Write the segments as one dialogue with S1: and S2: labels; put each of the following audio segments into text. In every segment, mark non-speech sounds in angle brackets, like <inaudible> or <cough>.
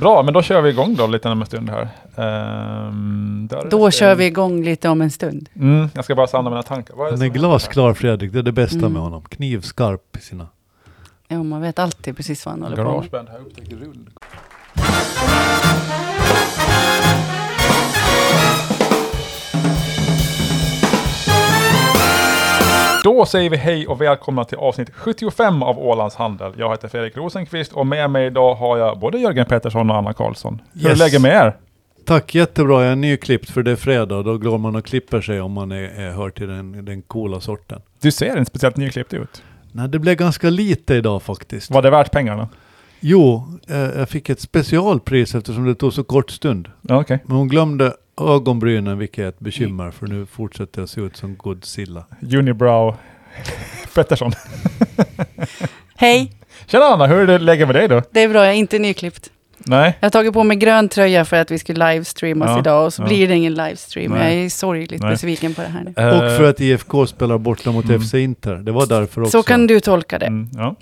S1: Bra, men då kör vi igång då lite om en stund här. Ehm, där
S2: Då
S1: är-
S2: kör vi igång lite om en stund.
S1: Mm, jag ska bara samla mina tankar. Vad
S3: Han
S1: som
S3: är
S1: händer
S3: glasklar Fredrik, det är det bästa
S2: Mm.
S3: med honom. Knivskarp i sina...
S2: Ja, man vet alltid precis vad han
S1: här?
S2: håller på med.
S1: Garageband har upptäckt rull. Då säger vi hej och välkomna till avsnitt 75 av Ålands Handel. Jag heter Fredrik Rosenqvist och med mig idag har jag både Jörgen Pettersson och Anna Karlsson. Hur
S3: Yes.
S1: lägger det med er?
S3: Tack, jättebra. Jag är nyklippt för det är fredag och då går man och klipper sig om man är, är, hör till den, den coola sorten.
S1: Du ser inte speciellt nyklippt ut.
S3: Nej, det blev ganska lite idag faktiskt.
S1: Var det värt pengarna?
S3: Jo, eh, jag fick ett specialpris eftersom det tog så kort stund.
S1: Ja, Okej.
S3: Men hon glömde ögonbrynen, vilket är ett bekymmer, för nu fortsätter jag se ut som Godzilla.
S1: Unibrow <laughs> Pettersson.
S2: Hej,
S1: Tjena Anna, hur är det läget med dig då?
S2: det är bra, jag är inte nyklippt.
S1: Nej?
S2: Jag har tagit på mig grön tröja för att vi skulle livestreamas
S1: Ja,
S2: idag och så
S1: ja.
S2: blir det ingen livestream.
S1: Nej.
S2: Jag är sorgligt
S1: Nej.
S2: besviken på det här nu.
S3: Och för att IFK spelar borta mot
S1: Eh. Mm.
S3: FC Inter. Det var därför också.
S2: Så kan du tolka det.
S1: Mm, ja.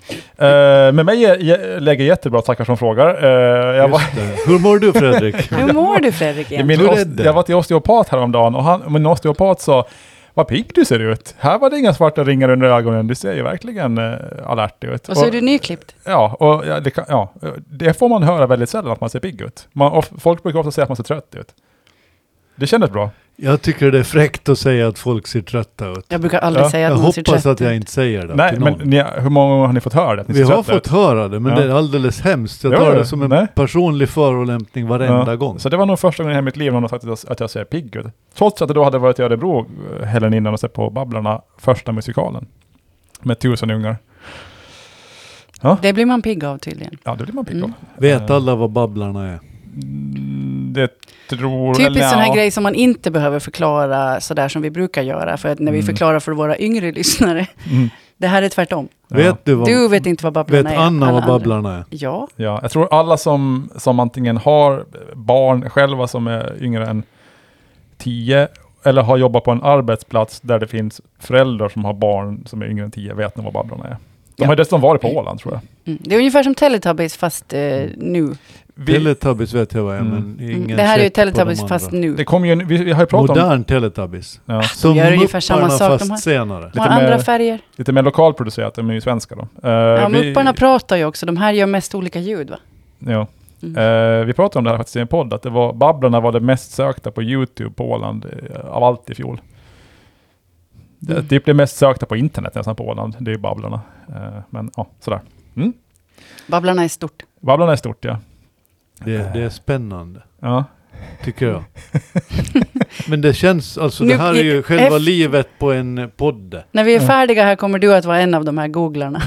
S1: Eh, med mig är- je- lägger jättebra, tackar som frågar. Eh, jag, var,
S3: Just det. Hur mår du Fredrik?
S2: Hur mår du
S1: <laughs>
S2: Fredrik
S1: i
S2: egentligen?
S1: min
S3: Hur är
S1: os-
S3: det?
S1: jag var till osteopat häromdagen och han, min osteopat sa vad pigg du ser ut. Här var det inga svarta ringar under ögonen. Du ser ju verkligen eh, alert ut.
S2: Och så är du nyklippt.
S1: Ja, och ja, det, kan, ja, eh, det får man höra väldigt sällan att man ser pigg ut. Man, och folk brukar ofta säga att man ser trött ut. Det kändes bra.
S3: Jag tycker det är fräckt att säga att folk ser trötta ut.
S2: Jag brukar aldrig
S1: Ja,
S2: säga
S3: Jag
S2: att man ser
S3: hoppas
S2: trött
S3: att jag
S2: ut.
S3: inte säger det
S1: Nej,
S3: till
S1: men
S3: någon.
S1: ni, hur många gånger har ni fått höra det? att Ni ser
S3: Vi har
S1: trötta ut?
S3: fått höra det, men
S1: Ja.
S3: det är alldeles hemskt. Jag
S1: Ja,
S3: tar
S1: ja,
S3: det som en
S1: nej.
S3: personlig förolämpning varenda
S1: Ja.
S3: gång.
S1: Så det var nog första gången i hela mitt liv någon har sagt att jag, att jag ser pigg ut. Trots att jag då hade varit i Örebro eh, helgen innan och sett på Babblarna, första musikalen. Med tusen ungar.
S2: Det blir man pigg av tydligen.
S1: Ja, det blir man pigg av.
S2: Mm.
S3: Vet
S1: Eh.
S3: alla vad babblarna är?
S1: Mm. Det tror
S2: Typiskt
S1: väl-
S2: sån här
S1: ja.
S2: grej som man inte behöver förklara sådär som vi brukar göra. För att när vi
S1: Mm.
S2: förklarar för våra yngre <laughs> lyssnare.
S1: Mm.
S2: Det här är tvärtom.
S1: Ja.
S3: Vet du vad...
S2: Du vet inte vad Babblarna
S3: vet
S2: är.
S3: Anna
S2: alla
S3: vad
S2: andra.
S3: babblarna är?
S2: Ja,
S1: Ja, jag tror alla som, som antingen har barn själva som är yngre än 10 eller har jobbat på en arbetsplats där det finns föräldrar som har barn som är yngre än 10 vet nog vad Babblarna är. De
S2: Ja.
S1: har dessutom varit på Åland tror jag.
S2: mm. det är ungefär som Teletubbies fast
S1: Mm.
S2: eh, nu.
S1: Vi,
S3: Teletubbies vet jag vad jag är,
S1: Mm.
S3: men
S2: Mm.
S3: ingen
S2: Det här är ju
S3: check på de
S2: Teletubbies
S3: andra.
S2: fast nu.
S1: det kom ju en, vi, vi har ju pratat om...
S3: Modern Teletubbies.
S1: Ja.
S3: Som
S2: gör ungefär samma
S3: Mupparna
S2: sak, de
S3: fast
S2: har-
S3: senare.
S2: De
S1: lite
S2: har
S1: mer-
S2: andra färger.
S1: Lite mer lokalproducerat, de är ju svenska då. Eh,
S2: Ja,
S1: vi-
S2: Mupparna pratar ju också. De här gör mest olika ljud va?
S1: ja.
S2: Mm.
S1: Eh, vi pratade om det här faktiskt i en podd, att det var, Babblarna var det mest sökta på YouTube på Åland eh, av allt i fjol. Det, är
S2: Mm.
S1: Typ det mest sökta på internet nästan på Åland, det är ju Babblarna. Eh, men ja, sådär.
S2: Babblarna är stort.
S1: Babblarna är stort ja.
S3: Det, det är spännande,
S1: ja.
S3: tycker
S2: <laughs>
S3: jag. men det känns, alltså
S2: Nu
S3: det här är
S2: är-
S3: ju själva
S2: F-
S3: livet på en podd.
S2: När vi är
S1: Ja.
S2: färdiga här kommer du att vara en av de här googlarna.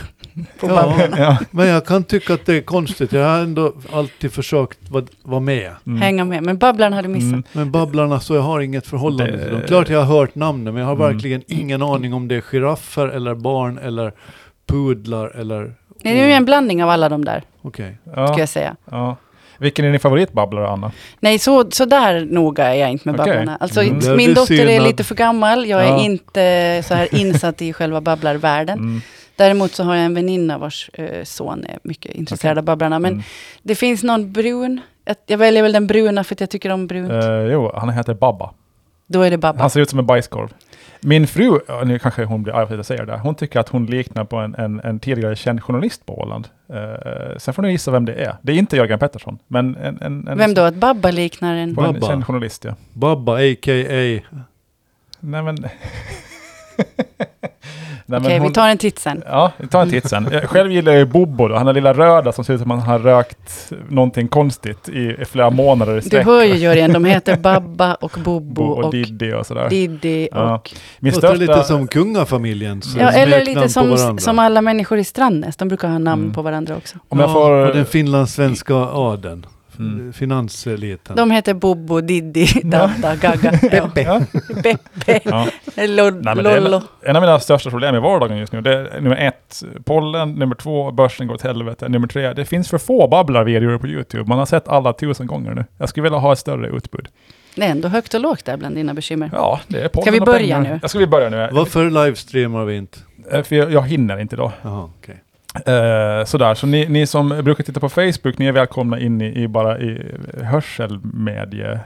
S2: På
S3: Ja.
S2: Babblarna. <laughs>
S1: ja.
S3: Men jag kan tycka att det är konstigt. Jag har ändå alltid försökt vad- vara med.
S1: Mm.
S2: Hänga med. Men Babblarna har du missat.
S1: Mm.
S3: Men Babblarna, så jag har inget förhållande
S1: Det-
S3: till dem. Klart jag har hört namnen, men jag har
S1: Mm.
S3: verkligen ingen aning om det är giraffer eller barn eller pudlar eller...
S2: Det är ju en blandning av alla de där,
S3: Okej.
S2: ska
S1: Ja,
S2: jag säsäga.
S1: ja. Vilken är din favoritbabblare Anna?
S2: Nej, så, så där noga är jag inte med
S1: Okej.
S2: Babblarna. Alltså,
S1: Mm.
S3: Blev
S2: Min
S3: du
S2: dotter är
S3: synad?
S2: lite för gammal. Jag är
S1: Ja.
S2: inte så här insatt i själva Babblarvärlden.
S1: Mm.
S2: Däremot så har jag en väninna vars eh, son är mycket intresserad av Babblarna. Men
S1: Mm.
S2: det finns någon brun. Jag, jag väljer väl den bruna för att jag tycker om brunt.
S1: Eh, jo, han heter Babba.
S2: Då är det Babba.
S1: Han ser ut som en bajskorv. Min fru, ja, nu kanske hon blir arg för att jag säger det, hon tycker att hon liknar på en, en, en tidigare känd journalist på Åland. Eh, sen får ni gissa vem det är. Det är inte Jörgen Pettersson, men en... en, en
S2: Vem då? Att Babba liknar en...
S1: På en
S3: Babba.
S1: känd journalist, ja.
S3: Babba, a.k.a.
S1: Nej men... <laughs> Nej, men
S2: Okej, vi
S1: hon-
S2: tar en titt sen.
S1: Ja, vi tar en titt sen. Jag själv gillar jag ju Bobo då, han är lilla röda som ser ut som att han har rökt någonting konstigt i, i flera månader i
S2: Du
S1: sträck.
S2: hör ju Jörgen, de heter Babba och Bobo
S1: Bo och
S2: och
S1: Diddy och sådär.
S2: Diddy
S1: Ja. Mm.
S2: och...
S1: Min
S3: Låter
S1: största...
S3: lite som kungafamiljens
S2: Ja, eller
S3: smeknamn på
S2: lite som,
S3: varandra.
S2: som alla människor i Strandnäs, de brukar ha namn
S1: Mm.
S2: på varandra också.
S1: Om jag
S3: Ja,
S1: får...
S3: och den finlandssvenska adeln.
S1: Mm.
S3: Finanseliten.
S2: De heter Bobo, Diddy, Dada,
S1: <laughs>
S2: Gaga, Peppe,
S1: Ja.
S2: Peppe,
S1: Ja. Nej, men det är-
S2: Lollo.
S1: En av mina största problem i vardagen just nu, det är nummer ett, pollen, nummer två, börsen går åt helvete, nummer tre, det finns för få babblarvideor på YouTube. Man har sett alla tusen gånger nu. Jag skulle vilja ha ett större utbud.
S2: Det är ändå högt och lågt där bland dina bekymmer.
S1: Ja, det är pollen
S2: Ska vi
S1: och
S2: börja
S1: pengar.
S2: nu?
S1: Ja, ska vi börja nu?
S3: Varför livestreamar vi inte?
S1: Eh, För jag, jag hinner inte idag.
S3: Jaha, okej.
S1: Eh, sådär, så ni, ni som brukar titta på Facebook, ni är välkomna in i, i bara i eh, hörselmedie... Eh,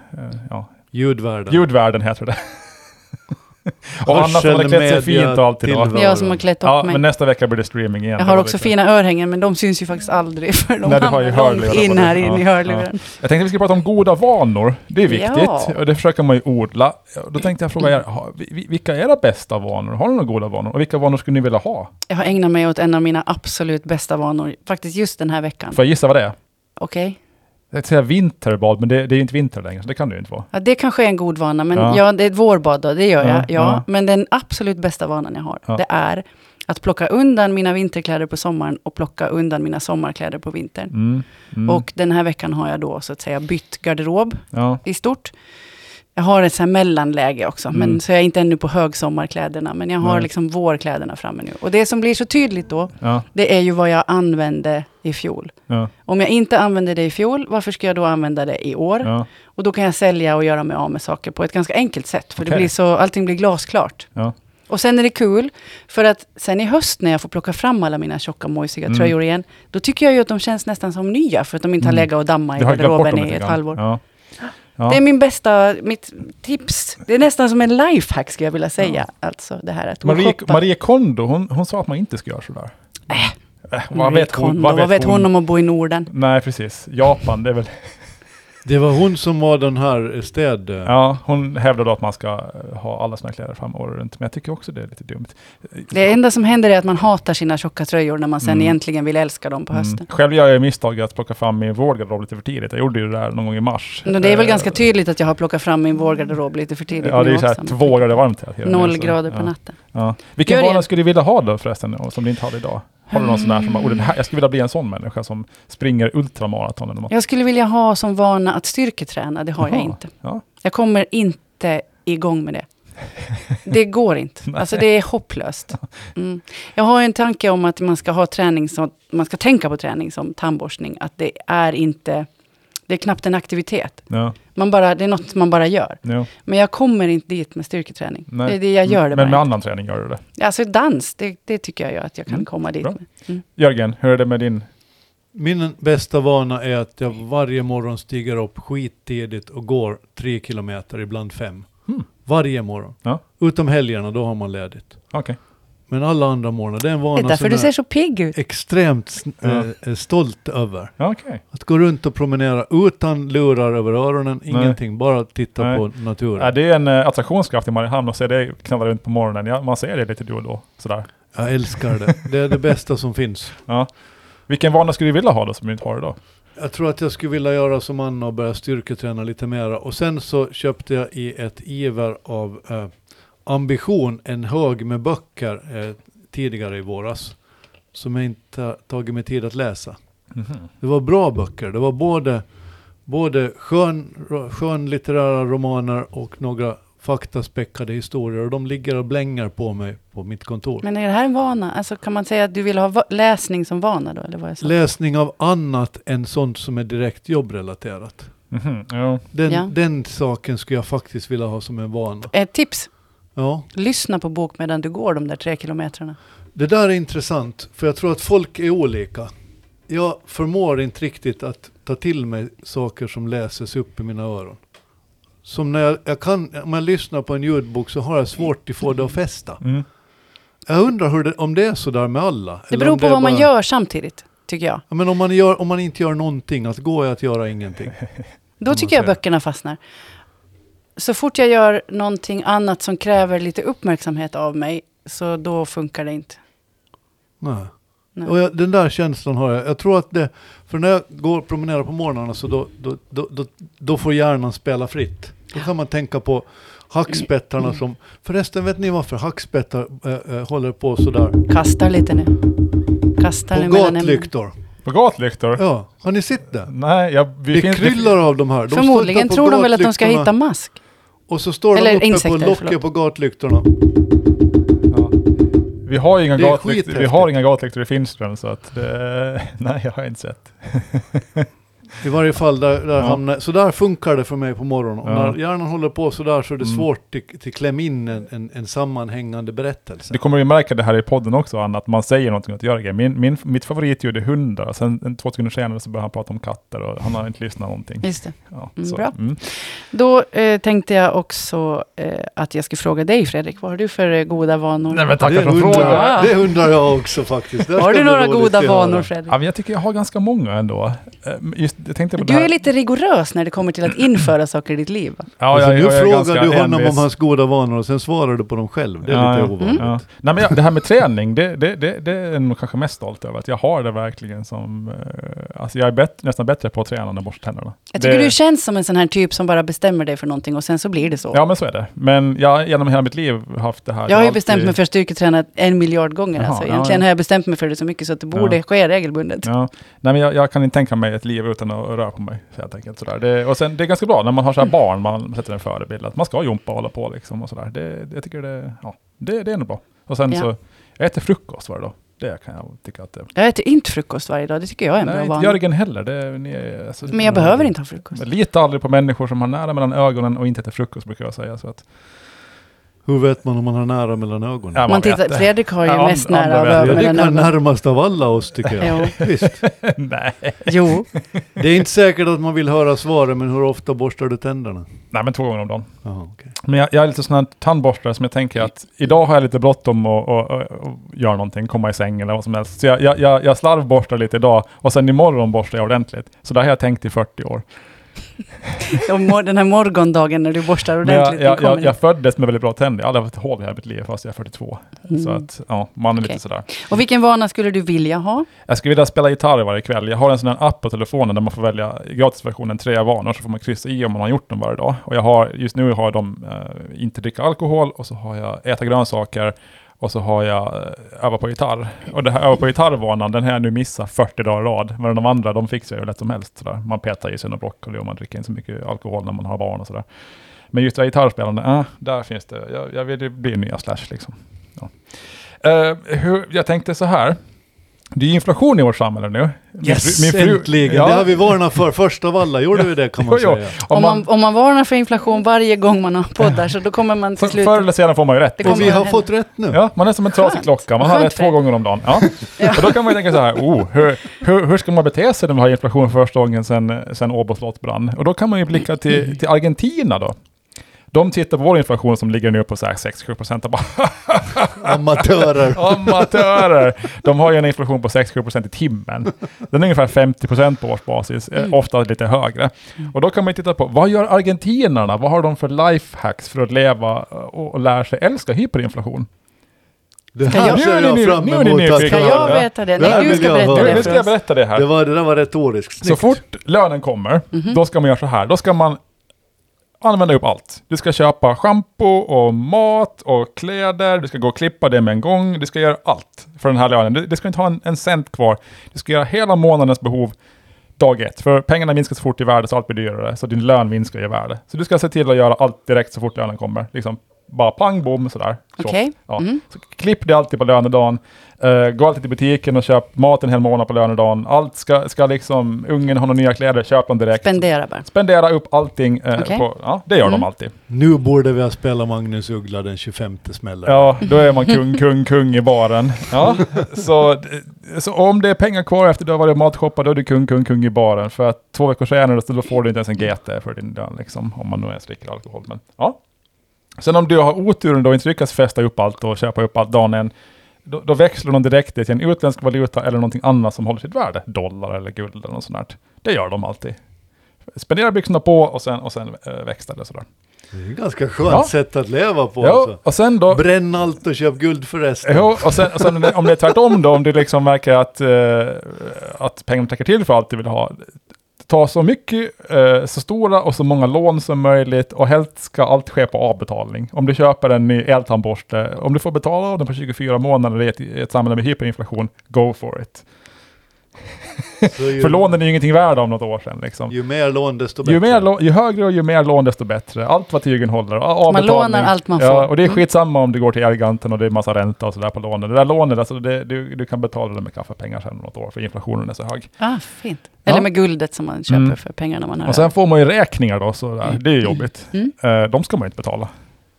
S1: ja.
S3: Ljudvärlden.
S1: Ljudvärlden heter det. <laughs> och Anna som hade klätt sig
S3: Hörselmedia
S1: fint och allt idag.
S3: tillvaro.
S2: Jag som har klätt upp
S1: Ja,
S2: mig.
S1: men nästa vecka blir det streaming igen.
S2: Jag
S1: Det
S2: har
S1: var
S2: också
S1: lite-
S2: fina örhängen, men de syns ju faktiskt aldrig för de
S1: Nej, du har ju
S2: hamnar långt
S1: hörlurar på
S2: in
S1: dig.
S2: här in
S1: Ja,
S2: i hörluren.
S1: Jag tänkte vi skulle prata om goda vanor. Det är viktigt.
S2: Ja.
S1: Och det försöker man ju odla. Då tänkte jag fråga er, har- vi- vi- vilka är era bästa vanor? Har ni några goda vanor? Och vilka vanor skulle ni vilja ha?
S2: Jag har ägnat mig åt en av mina absolut bästa vanor, faktiskt just den här veckan.
S1: Får jag gissa vad det är?
S2: Okej?
S1: Jag tänkte säga vinterbad, men det, det är ju inte vinter längre, så det kan det ju inte vara.
S2: Ja, det kanske är en god vana, men
S1: Ja.
S2: ja, det är ett vårbad då, det gör
S1: Ja,
S2: jag. Ja,
S1: ja.
S2: Men den absolut bästa vanan jag har,
S1: Ja.
S2: det är att plocka undan mina vinterkläder på sommaren och plocka undan mina sommarkläder på vintern.
S1: Mm, mm,
S2: Och den här veckan har jag då så att säga bytt garderob
S1: ja.
S2: i stort. Jag har ett så här mellanläge också,
S1: Mm.
S2: men, så jag är inte ännu på högsommarkläderna, men jag har
S1: Nej.
S2: liksom vårkläderna framme nu. Och det som blir så tydligt då,
S1: Ja,
S2: det är ju vad jag använde i fjol.
S1: ja,
S2: Om jag inte använde det i fjol, varför ska jag då använda det i år?
S1: ja,
S2: Och då kan jag sälja och göra mig av med saker på ett ganska enkelt sätt. För
S1: Okej.
S2: det blir så, allting blir glasklart.
S1: ja.
S2: Och sen är det kul, för att sen i höst när jag får plocka fram alla mina tjocka mojsiga
S1: Mm.
S2: tröjor igen, då tycker jag ju att de känns nästan som nya, för att de inte har
S1: Mm.
S2: legat och dammat i
S1: Du har glömt bort dem
S2: garderoben i
S1: lite
S2: ett
S1: grann.
S2: halvår.
S1: Ja. Ja.
S2: Det är min bästa, mitt tips. Det är nästan som en lifehack skulle jag vilja säga. Alltså det här att gå och
S1: Marie,
S2: shoppa.
S1: Marie Kondo, hon, hon sa att man inte ska göra sådär. Äh, vad
S2: Marie
S1: vet hon?
S2: Kondo, vad vet hon om att bo i Norden?
S1: Nej, precis. Japan, det är väl...
S3: Det var hon som var den här städ...
S1: Ja, hon hävdar då att man ska eh, ha alla sina kläder fram året runt, men jag tycker också det är lite dumt.
S2: Det enda som händer är att man hatar sina tjocka tröjor när man sen
S1: Mm.
S2: egentligen vill älska dem på hösten.
S1: Mm. Själv gör jag ju misstaget att plocka fram min vårdgarderob lite för tidigt. Jag gjorde ju det där någon gång i mars.
S2: Men Det är väl
S1: Eh,
S2: ganska tydligt att jag har plockat fram min vårgarderob lite för tidigt
S1: Ja, det är
S2: nu
S1: ju så här
S2: också.
S1: två grader varmt hela tiden.
S2: Noll
S1: Så,
S2: grader
S1: ja,
S2: på natten.
S1: Ja. Vilken
S2: Gör det.
S1: vana skulle du vilja ha då förresten, och som du inte hade idag? Har du någon sån där som bara, oh, den här, jag skulle vilja bli en sån människa som springer ultramaraton eller något?
S2: Jag skulle vilja ha som vana att styrketräna, det har
S1: Jaha,
S2: jag inte.
S1: ja.
S2: Jag kommer inte
S1: <laughs>
S2: igång med det. Det går inte. Alltså det är hopplöst. Mm. Jag har ju en tanke om att man ska ha träning som, man ska tänka på träning som tandborstning, att det är inte, det är knappt en aktivitet.
S1: Ja,
S2: Man bara, det är något man bara gör.
S1: ja.
S2: Men jag kommer inte dit med styrketräning.
S1: Nej.
S2: Det är det jag gör det
S1: Men med
S2: bara.
S1: annan träning gör du det.
S2: inte. Alltså dans, det, det tycker jag gör att jag kan
S1: Mm,
S2: komma dit
S1: bra.
S2: med.
S1: Jörgen, hur är det med din?
S3: Min bästa vana är att jag varje morgon stiger upp skittidigt och går tre kilometer, ibland fem.
S1: Hmm.
S3: Varje morgon.
S1: Ja.
S3: Utom helgerna, då har man ledigt.
S1: Okej.
S3: Men alla andra morgnar, det är en
S2: Det är
S3: vana
S2: därför
S3: som
S2: du ser
S3: jag är
S2: så pigg ut.
S3: extremt sn-
S1: Ja.
S3: eh, stolt över.
S1: Ja, okej.
S3: Att gå runt och promenera utan lurar över öronen, ingenting, bara titta
S1: Nej.
S3: på
S1: Ja,
S3: naturen.
S1: det är en eh, attraktionskraft i Mariehamn att se dig knalla runt på morgonen. Ja, man ser det lite då och då. Sådär.
S3: Jag älskar det. Det är det bästa som finns.
S1: Vilken vana skulle du vilja ha då som du inte har idag?
S3: Jag tror att jag skulle vilja göra som Anna och börja styrketräna lite mera. Och sen så köpte jag i ett iver av eh, ambition en hög med böcker eh, tidigare i våras. Som jag inte har tagit mig tid att läsa.
S1: Mhm.
S3: Det var bra böcker. Det var både, både skön, ro- skönlitterära romaner och några faktaspäckade historier. Och de ligger och blängar på mig på mitt kontor.
S2: Men är det här en vana? Alltså, kan man säga att du vill ha va- läsning som vana då? Eller vad jag sa?
S3: Läsning av annat än sånt som är direkt jobbrelaterat.
S1: Mhm, ja.
S3: Den,
S2: Ja.
S3: den saken skulle jag faktiskt vilja ha som en vana.
S2: Ett Eh, tips.
S3: Ja,
S2: Lyssna på bok medan du går de där tre kilometrarna.
S3: det där är intressant, för jag tror att folk är olika. Jag förmår inte riktigt att ta till mig saker som läses upp i mina öron. Som när jag, jag kan, om jag lyssnar på en ljudbok så har jag svårt att få det att fästa.
S1: Mm.
S3: Jag undrar hur det, om det är så där med alla.
S2: Det
S3: eller
S2: beror
S3: om
S2: på
S3: är
S2: vad man
S3: bara-
S2: gör samtidigt, tycker jag.
S3: Ja, men om man, gör, om man inte gör någonting, att gå är att göra ingenting.
S2: Då
S3: man
S2: tycker jag
S3: säga.
S2: böckerna fastnar. Så fort jag gör någonting annat som kräver lite uppmärksamhet av mig, så då funkar det inte.
S3: Nej.
S2: Nej.
S3: Och jag, den där känslan har jag. Jag tror att det, för när jag går och promenerar på morgnarna så då, då, då, då, då får hjärnan spela fritt. Då kan man tänka på hackspettarna
S2: Mm.
S3: som, förresten vet ni varför hackspettar äh, äh, håller på sådär?
S2: Kastar lite nu. Kastar nu
S3: På
S2: mellan ämnena.
S3: gatlyktor.
S1: På gatlyktor?
S3: Ja, har ni sett det?
S1: Nej, jag... vi
S3: Det
S1: finns-
S3: kryllar av de här. De står
S2: Förmodligen
S3: uppe på
S2: tror de väl att de ska
S3: gatlyktorna
S2: hitta mask.
S3: Och så står
S2: eller
S3: de uppe
S2: insekter,
S3: på locket
S2: förlåt.
S3: på gatlyktorna.
S1: Ja. Vi har ju inga
S3: Det är
S1: gatlyktor, vi <laughs>
S3: skithäftigt.
S1: har inga gatlyktor i Finström så att det, nej jag har inte sett.
S3: I varje fall, där, där
S1: Ja.
S3: hamnar, så där funkar det för mig på morgonen. Och
S1: Ja.
S3: när hjärnan håller på så där så är det
S1: Mm.
S3: svårt till, till kläm in en, en, en sammanhängande berättelse.
S1: Du kommer ju märka det här i podden också, Anna, att man säger någonting att göra grejer. Min, min, mitt favoritljud är hundar, och sen en, två sekunder senare så börjar han prata om katter och han har inte lyssnat någonting.
S2: Just det.
S1: Ja,
S2: Mm,
S1: så.
S2: bra.
S1: Mm.
S2: Då eh, tänkte jag också eh, att jag skulle fråga dig Fredrik, vad har du för eh, goda vanor?
S1: Nej men tackar
S3: det,
S1: för frågan.
S2: Ja.
S3: undrar, det undrar jag också faktiskt. Det
S2: har
S3: ska
S2: du
S3: bli
S2: några
S3: roligt
S2: goda
S3: att höra.
S2: vanor Fredrik?
S1: Ja, men jag tycker jag har ganska många ändå. Eh, Just, jag tänkte på det
S2: Du
S1: här.
S2: är lite rigorös när det
S1: <clears throat>
S2: kommer till att införa saker i ditt liv. va?
S1: ja,
S3: Alltså,
S1: jag-
S3: nu
S1: jag är
S3: frågar
S1: ganska
S3: du honom
S1: envis.
S3: om hans goda vanor och sen svarar du på dem själv. Det är
S1: Ja,
S3: lite
S1: ja.
S3: ovanligt.
S2: Mm.
S1: Ja. Nej, men jag, det här med träning, det, det, det, det är jag nog kanske mest stolt över. Att jag har det verkligen som... Eh, alltså jag är bett, nästan bättre på att träna än att borsta tänderna.
S2: Jag tycker
S1: det,
S2: du känns som en sån här typ som bara bestämmer dig för någonting och sen så blir det så.
S1: Ja, men så är det. Men jag har genom hela mitt liv haft det här.
S2: Jag har ju
S1: alltid-
S2: bestämt mig för att styrketräna en miljard gånger.
S1: Jaha,
S2: alltså.
S1: ja,
S2: Egentligen
S1: ja.
S2: har jag bestämt mig för det så mycket så att det borde
S1: Ja.
S2: ske regelbundet.
S1: Ja. Nej, men jag, jag kan inte tänka mig ett liv utan att röra på mig. Så helt enkelt, sådär. Det, och sen, det är ganska bra när man har
S2: Mm.
S1: så här barn, man sätter en förebild, att man ska jumpa och hålla på. Liksom, och sådär. Det, det, jag tycker det, ja, det, det är nog bra. Och sen
S2: Ja.
S1: så, jag äter frukost varje dag. Det kan jag tycka att det
S2: Jag äter inte frukost varje dag, det tycker jag är en
S1: Nej,
S2: bra
S1: inte
S2: vana.
S1: Jörgen heller. Det, är- ni, är- alltså,
S2: Men jag behöver inte ha frukost.
S1: Men Lita aldrig på människor som har nära mellan ögonen och inte äter frukost, brukar jag säga. Så att,
S3: Hur vet man om man har nära mellan ögonen?
S1: Ja,
S2: Man
S1: vet
S2: tittar,
S1: det.
S2: Fredrik har ju
S1: Ja,
S2: mest
S1: andra
S2: nära av
S1: vet det.
S3: Ja,
S2: ögonen
S3: det
S2: än
S3: kan
S2: ögonen.
S3: närmast av alla oss tycker jag.
S2: Jo.
S3: Visst.
S1: <laughs> nej.
S2: <laughs> Jo,
S3: Det är inte säkert att man vill höra svaren, men hur ofta borstar du tänderna?
S1: nej, men två gånger om dagen.
S3: Jaha, okej.
S1: Men jag, jag är lite sån här tandborstare som jag tänker att idag har jag lite bråttom och, och, och, och göra någonting, komma i säng eller vad som helst. Så jag, jag, jag, jag slarvborstar lite idag och sen imorgon borstar jag ordentligt. Så det har jag tänkt i 40 år.
S2: och mor- den här morgondagen när du borstar
S1: Men jag,
S2: ordentligt. den
S1: jag,
S2: kommer
S1: jag, jag föddes med väldigt bra tänder. Jag har aldrig haft ett hål i hela mitt liv fast jag är 42.
S2: Mm.
S1: Så att, ja, man är
S2: Okej.
S1: lite sådär.
S2: Och vilken vana skulle du vilja ha?
S1: Jag skulle vilja spela gitarr varje kväll. Jag har en sån här app på telefonen där man får välja gratisversionen tre vanor, så får man kryssa i om man har gjort dem varje dag. Och jag har, just nu har jag dem, eh, inte dricka alkohol, och så har jag äta grönsaker, och så har jag eh, öva på gitarr. Och det här öva på gitarrvanan, den har jag nu missat 40 dagar i rad. Men de andra, de fixar jag hur lätt som helst. Sådär. Man petar i sig några broccoli och man dricker inte så mycket alkohol när man har barn och sådär. Men just det här gitarrspelandet, eh, där finns det, jag, jag vill ju bli nya Slash liksom. Ja. Eh, hur, jag tänkte så här, det är ju inflation i vårt samhälle nu. Min
S3: Yes,
S1: fru- min fru-
S3: äntligen!
S1: Ja.
S3: Det har vi varnat för. Först av alla gjorde vi det kan man
S1: <laughs> Jo, jo.
S3: säga.
S2: Om man, om man varnar för inflation varje gång man har poddar så då kommer man till
S1: för,
S2: slut...
S1: förr eller senare får man ju rätt.
S2: Det
S3: Och vi
S2: kommer
S3: har
S2: hända.
S3: fått rätt nu.
S1: Ja, man är som en trasig
S2: Skönt.
S1: klocka, man har
S2: Skönt
S1: rätt
S2: för
S1: två
S2: dig.
S1: gånger om dagen.
S2: <laughs>
S1: Ja. Och då kan man ju tänka så här, oh, hur, hur, hur ska man bete sig när man har inflation för första gången sedan sen Åbo slott brann? Och då kan man ju blicka till, till Argentina då. De tittar på vår inflation som ligger nu på så här 6-7 procent och bara <laughs>
S3: Amatörer.
S1: Amatörer! De har ju en inflation på 6-7% i timmen. Den är ungefär 50% på årsbasis, eh,
S2: Mm.
S1: ofta lite högre. Och då kan man ju titta på, vad gör argentinarna? Vad har de för lifehacks för att leva eh, och, och lära sig älska hyperinflation?
S3: Det
S2: Kan
S3: här
S2: jag-
S3: ser
S1: Nu är
S3: jag
S1: ni-
S3: fram
S1: nu är ni
S3: emot att
S1: nyfikna. Ja,
S2: Kan jag
S1: ja.
S2: veta det?
S3: Det här
S2: Nej, du
S3: vill
S2: ska
S3: jag
S2: berätta
S3: höra.
S1: Nu
S2: det
S1: ska
S2: för
S1: jag
S2: oss.
S1: berätta det här.
S3: Det, var, det där var retoriskt.
S1: Så
S3: Snyggt.
S1: fort lönen kommer, då ska man göra så här. Då ska man använda upp allt. Du ska köpa shampoo och mat och kläder. Du ska gå och klippa det med en gång. Du ska göra allt för den här lönen. Du, du ska inte ha en, en cent kvar. Du ska göra hela månadens behov dag ett. För pengarna minskar så fort i värde så allt blir dyrare. Så din lön minskar i värde. Så du ska se till att göra allt direkt så fort lönen kommer. Liksom bara pang bom sådär. Tjoff.
S2: Okej. Mm.
S1: Ja. Så klipp det alltid på lönedagen. Eh, gå alltid till butiken och köp mat en hel månad på lönedagen. Allt ska, ska liksom, ungen har några nya kläder, köp dem direkt.
S2: Spendera bara.
S1: Spendera upp allting. eh,
S2: Okej.
S1: på, ja, det gör
S2: Mm.
S1: de alltid.
S3: Nu borde vi ha spelat Magnus Uggla den 25 smällen.
S1: Ja, då är man kung, kung, kung i baren. Ja, så, så om det är pengar kvar efter du har varit och matshoppat, då är du kung, kung, kung i baren. För att två veckor senare, så då får du inte ens en
S3: Mm.
S1: GT för din lön, liksom, om man nu ens dricker alkohol. Men, ja. Sen om du har oturen då och inte lyckas fästa upp allt och köpa upp allt dagen än, då, då växlar de direkt det till en utländsk valuta eller någonting annat som håller sitt värde. Dollar eller guld eller något sånt där. Det gör de alltid. Spendera byxorna på och sen, och sen eh, växlar det sådär.
S3: Det är ett ganska skönt
S1: Ja.
S3: sätt att leva på.
S1: Ja,
S3: alltså.
S1: och sen då...
S3: Bränn allt och köp guld för resten.
S1: Jo, och sen, och sen om det- om det är tvärtom då, om du liksom märker att, eh, att pengarna räcker till för allt du vill ha, ta så mycket, eh, så stora och så många lån som möjligt och helst ska allt ske på avbetalning. Om du köper en ny eltandborste, om du får betala av den på 24 månader i ett, i ett samhälle med hyperinflation, go for it.
S3: Så ju,
S1: För lånen är ju ingenting värda om något år sedan. Liksom.
S3: ju mer lån desto bättre.
S1: Ju, mer lån, ju högre och ju mer lån desto bättre. Allt vad tygen håller. A-
S2: Man
S1: avbetalning.
S2: lånar allt man får.
S1: Ja, och det är
S2: Mm.
S1: skitsamma om det går till Elgiganten och det är massa ränta och sådär på lånen. Det där lånet, alltså det, du, du kan betala det med kaffepengar sen om något år för inflationen är så hög.
S2: Ah, fint.
S1: Ja.
S2: Eller med guldet som man köper
S1: Mm.
S2: för pengarna man har.
S1: Och sen får man ju räkningar då, så där. det är ju jobbigt.
S2: Mm.
S1: Eh, de ska man ju inte betala.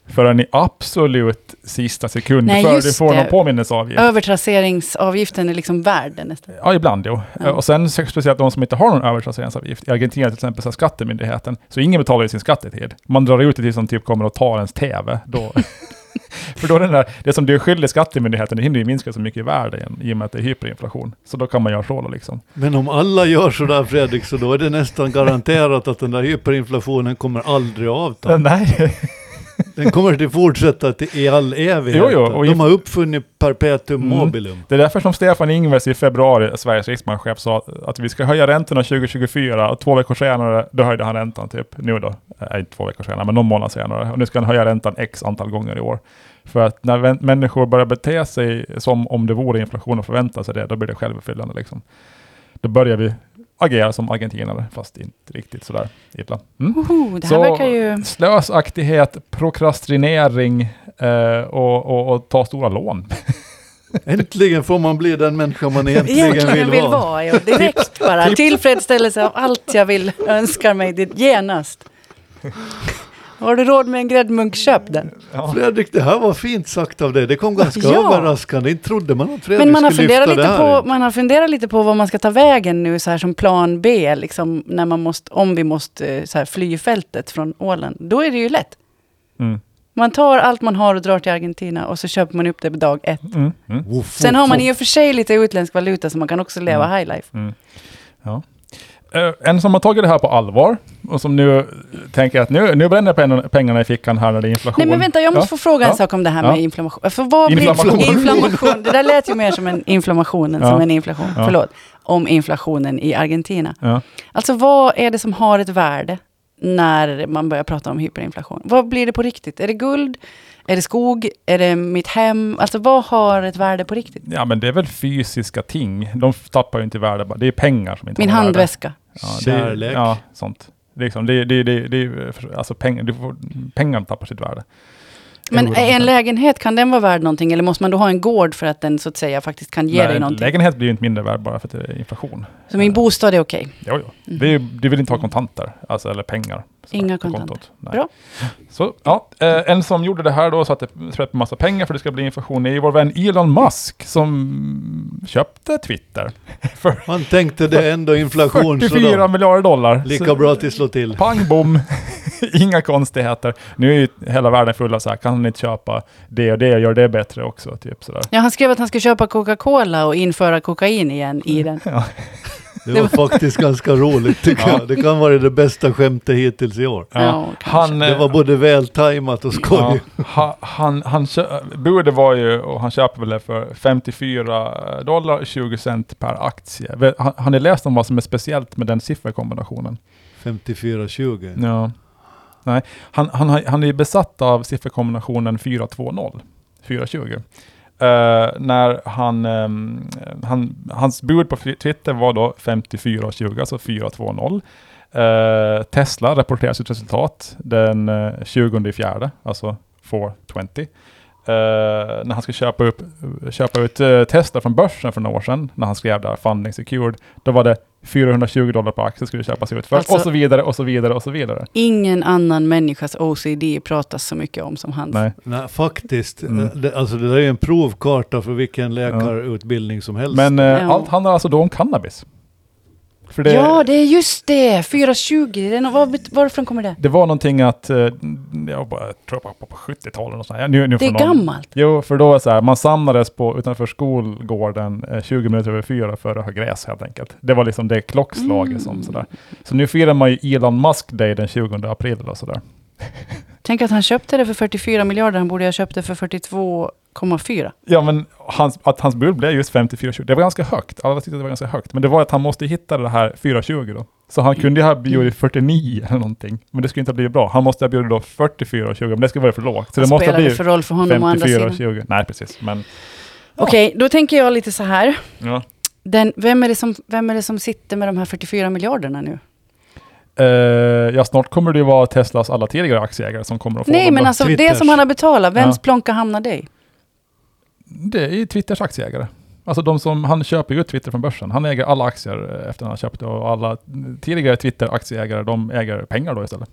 S1: Förrän i absolut sista sekund,
S2: Nej,
S1: för
S2: just
S1: du får
S2: det.
S1: någon påminnelseavgift.
S2: Övertrasseringsavgiften är liksom värd den nästan.
S1: Ja, ibland jo.
S2: Ja.
S1: Och sen så- speciellt de som inte har någon övertrasseringsavgift. I Argentina till exempel så har skattemyndigheten, så ingen betalar ju sin skatt i tid. Man drar ut det tills de typ kommer och tar ens TV. Då. <laughs> För då är den där, det som du är skyldig skattemyndigheten, det hinner ju minska så mycket i värde igen, i och med att det är hyperinflation. Så då kan man göra så då liksom.
S3: Men om alla gör sådär Fredrik, så då är det nästan garanterat att den där hyperinflationen kommer aldrig avta.
S1: Nej,
S3: Den kommer att fortsätta till i all evighet.
S1: Jo, jo, och
S3: De
S1: if-
S3: har uppfunnit perpetuum
S1: Mm.
S3: mobilum.
S1: det är därför som Stefan Ingves i februari, Sveriges riksbankschef, sa att vi ska höja räntorna 2024 och två veckor senare, då höjde han räntan typ, nu då, Eh, nej inte två veckor senare, men någon månad senare. Och nu ska han höja räntan x antal gånger i år. För att när vän- människor börjar bete sig som om det vore inflation och förvänta sig det, då blir det självuppfyllande liksom. Då börjar vi agera som argentinare, fast inte riktigt sådär illa. Mm.
S2: Oho, det här
S1: Så-
S2: verkar ju...
S1: Slösaktighet, prokrastinering eh, och, och, och ta stora lån.
S3: Äntligen får man bli den människa man egentligen,
S2: <laughs> Egentligen vill,
S3: vill,
S2: vill
S3: vara.
S2: vara, ja. Direkt bara. Tillfredsställelse av allt jag vill önskar mig, det genast. Har du råd med en gräddmunk, köp den.
S3: Fredrik, det här var fint sagt av dig. Det kom ganska
S2: Ja.
S3: överraskande. Inte trodde man att Fredrik
S2: Men man har,
S3: skulle lyfta
S2: funderat
S3: det
S2: lite
S3: här.
S2: på, man har funderat lite på vad man ska ta vägen nu, så här som plan B, liksom, när man måste, om vi måste eh, så här, fly fältet från Åland. Då är det ju lätt.
S1: Mm.
S2: Man tar allt man har och drar till Argentina och så köper man upp det på dag ett.
S1: Mm. Mm.
S3: Woof,
S2: Sen
S3: woof,
S2: har man
S3: woof.
S2: i och för sig lite utländsk valuta, så man kan också leva
S3: Mm.
S2: high life.
S1: Eh, en som har tagit det här på allvar och som nu eh, tänker att nu, nu bränner pen- pengarna i fickan här när det är inflation.
S2: Nej men vänta, jag måste
S1: Ja.
S2: få fråga en
S1: Ja.
S2: sak om det här
S1: Ja.
S2: med inflammation. För vad blir
S1: Inflammation.
S2: inflammation?
S1: <laughs>
S2: inflammation? Det där lät ju mer som en inflammation än
S1: Ja.
S2: som en inflation.
S1: Ja.
S2: Förlåt. Om inflationen i Argentina.
S1: Ja.
S2: Alltså vad är det som har ett värde när man börjar prata om hyperinflation? Vad blir det på riktigt? Är det guld? Är det skog? Är det mitt hem? Alltså vad har ett värde på riktigt?
S1: ja men det är väl fysiska ting. De f- tappar ju inte i värde. bara. Det är pengar som inte
S2: Min
S1: har värde.
S2: handväska.
S1: Ja, det,
S3: Kärlek.
S1: Ja, sånt. Liksom, det, det, det, det, är ju, eh, för- alltså pengar, du får, pengarna tappar sitt värde.
S2: Men
S1: Euro.
S2: är en lägenhet, kan den vara värd någonting? Eller måste man då ha en gård för att den så att säga faktiskt kan ge
S1: Nej,
S2: dig
S1: en
S2: någonting?
S1: Lägenhet blir ju inte mindre värd bara för att det är inflation.
S2: Så min bostad är okej.
S1: Jo, jo. Det är, ju- du vill inte ha kontanter, alltså, eller pengar. sådär,
S2: Inga
S1: på
S2: kontanter.
S1: kontot. Nej.
S2: Bra.
S1: Så, ja, eh, en som gjorde det här då, så att det släpper massa pengar för det ska bli inflation, är ju vår vän Elon Musk som köpte Twitter för
S3: Man tänkte det är ändå inflation, så
S1: 44
S3: då,
S1: miljarder dollar.
S3: lika
S1: Så-
S3: bra att det slår till.
S1: Pang bom! <laughs> Inga konstigheter. Nu är ju hela världen full av så här, kan han inte köpa det och det och göra det bättre också? Typ sådär.
S2: Ja, han skrev att han ska köpa Coca-Cola och införa kokain igen i den.
S3: Det var
S2: <laughs>
S3: faktiskt ganska roligt tycker
S1: Ja.
S3: jag. Det kan vara det bästa skämtet hittills i år.
S2: Ja, kanske.
S1: han, eh,
S3: Det var både vältajmat och skoj.
S1: Ja, ha- han, han kö- budet var ju, och han köper väl det för 54 dollar 20 cent per aktie. Vet- Han, han har läst om vad som är speciellt med den sifferkombinationen.
S3: 54-20.
S1: Ja. Nej, han, han, har- han är ju besatt av sifferkombinationen 420. 420. Eh, när han, ehm, han, hans bud på fri- Twitter var då 5420, alltså 420. Eh, Tesla rapporterar sitt resultat den eh, 20 i fjärde, alltså 420. Eh, när han skulle köpa, upp, köpa ut eh, Tesla från börsen för några år sedan, när han skrev där funding secured, då var det 420 dollar per aktie skulle köpas ut för,
S2: Alltså-
S1: och så vidare, och så vidare, och så vidare.
S2: Ingen annan människas OCD pratas så mycket om som hans.
S1: Nej.
S3: Nej, faktiskt.
S1: Mm.
S3: Det, alltså det där är ju en provkarta för vilken läkarutbildning som helst.
S1: Men eh,
S2: Alltså, Ja.
S1: allt handlar alltså då om cannabis. För det,
S2: Ja, det är just det! 420, det är no- var, varifrån kommer det?
S1: det var någonting att, eh, jag bara, jag tror jag var på 70-talet och sånt här. Nu, nu
S2: Det
S1: får
S2: är
S1: någon-
S2: gammalt.
S1: Jo, för då var det så här, man samlades på, utanför skolgården eh, 20 minuter över fyra för att ha gräs helt enkelt. Det var liksom det klockslaget
S2: Mm.
S1: som sådär. Så nu firar man ju Elon Musk Day den 20 april och sådär.
S2: Tänk att han köpte det för 44 miljarder, han borde ha köpt det för 42,4.
S1: Ja, men hans, att hans bud blev just 54-20, det var ganska högt. Alla tyckte att det var ganska högt, men det var att han måste hitta det här 4-20 då. Så han kunde ju ha bjudit 49 eller någonting, men det skulle inte ha blivit bra. Han måste ha bjudit då 44-20, men det skulle vara för lågt. Så det
S2: Vad
S1: måste ha
S2: spelar det
S1: blivit
S2: för roll för honom å andra sidan?
S1: 54-20. Nej, precis. Men,
S2: Okej, då tänker jag lite så här.
S1: ja.
S2: Den, vem, är det som, vem är det som sitter med de här 44 miljarderna nu?
S1: Eh, ja, snart kommer det ju vara Teslas alla tidigare aktieägare som kommer att få
S2: Nej,
S1: dem
S2: men
S1: då.
S2: alltså det
S3: Twitters.
S2: som han har betalat, vems
S1: Ja.
S2: plånka hamnar det i?
S1: Det är ju Twitters aktieägare. Alltså de som, han köper ju Twitter från börsen. Han äger alla aktier eh, efter han har köpt det och alla tidigare Twitter-aktieägare, de äger pengar då istället.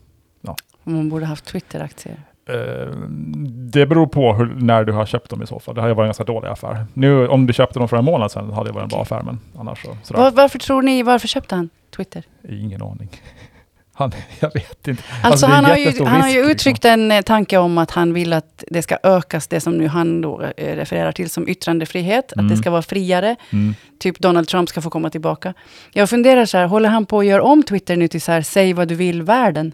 S2: Om man borde haft Twitter-aktier.
S1: Eh, det beror på hur, när du har köpt dem i så fall. Det har ju varit en ganska dålig affär. Nu, om du köpte dem för en månad sedan hade det varit en bra affär, men annars så... Sådär.
S2: Var, varför tror ni, varför köpte han Twitter?
S1: Ingen aning. <laughs> Han, jag vet inte.
S2: Alltså,
S1: det är
S2: han, har ju,
S1: jättestor
S2: han har ju
S1: risk, liksom.
S2: uttryckt en eh, tanke om att han vill att det ska ökas, det som nu han då eh, refererar till som yttrandefrihet, att
S1: Mm.
S2: det ska vara friare.
S1: Mm.
S2: Typ Donald Trump ska få komma tillbaka. Jag funderar så här, håller han på att göra om Twitter nu till så här, säg vad du vill-världen?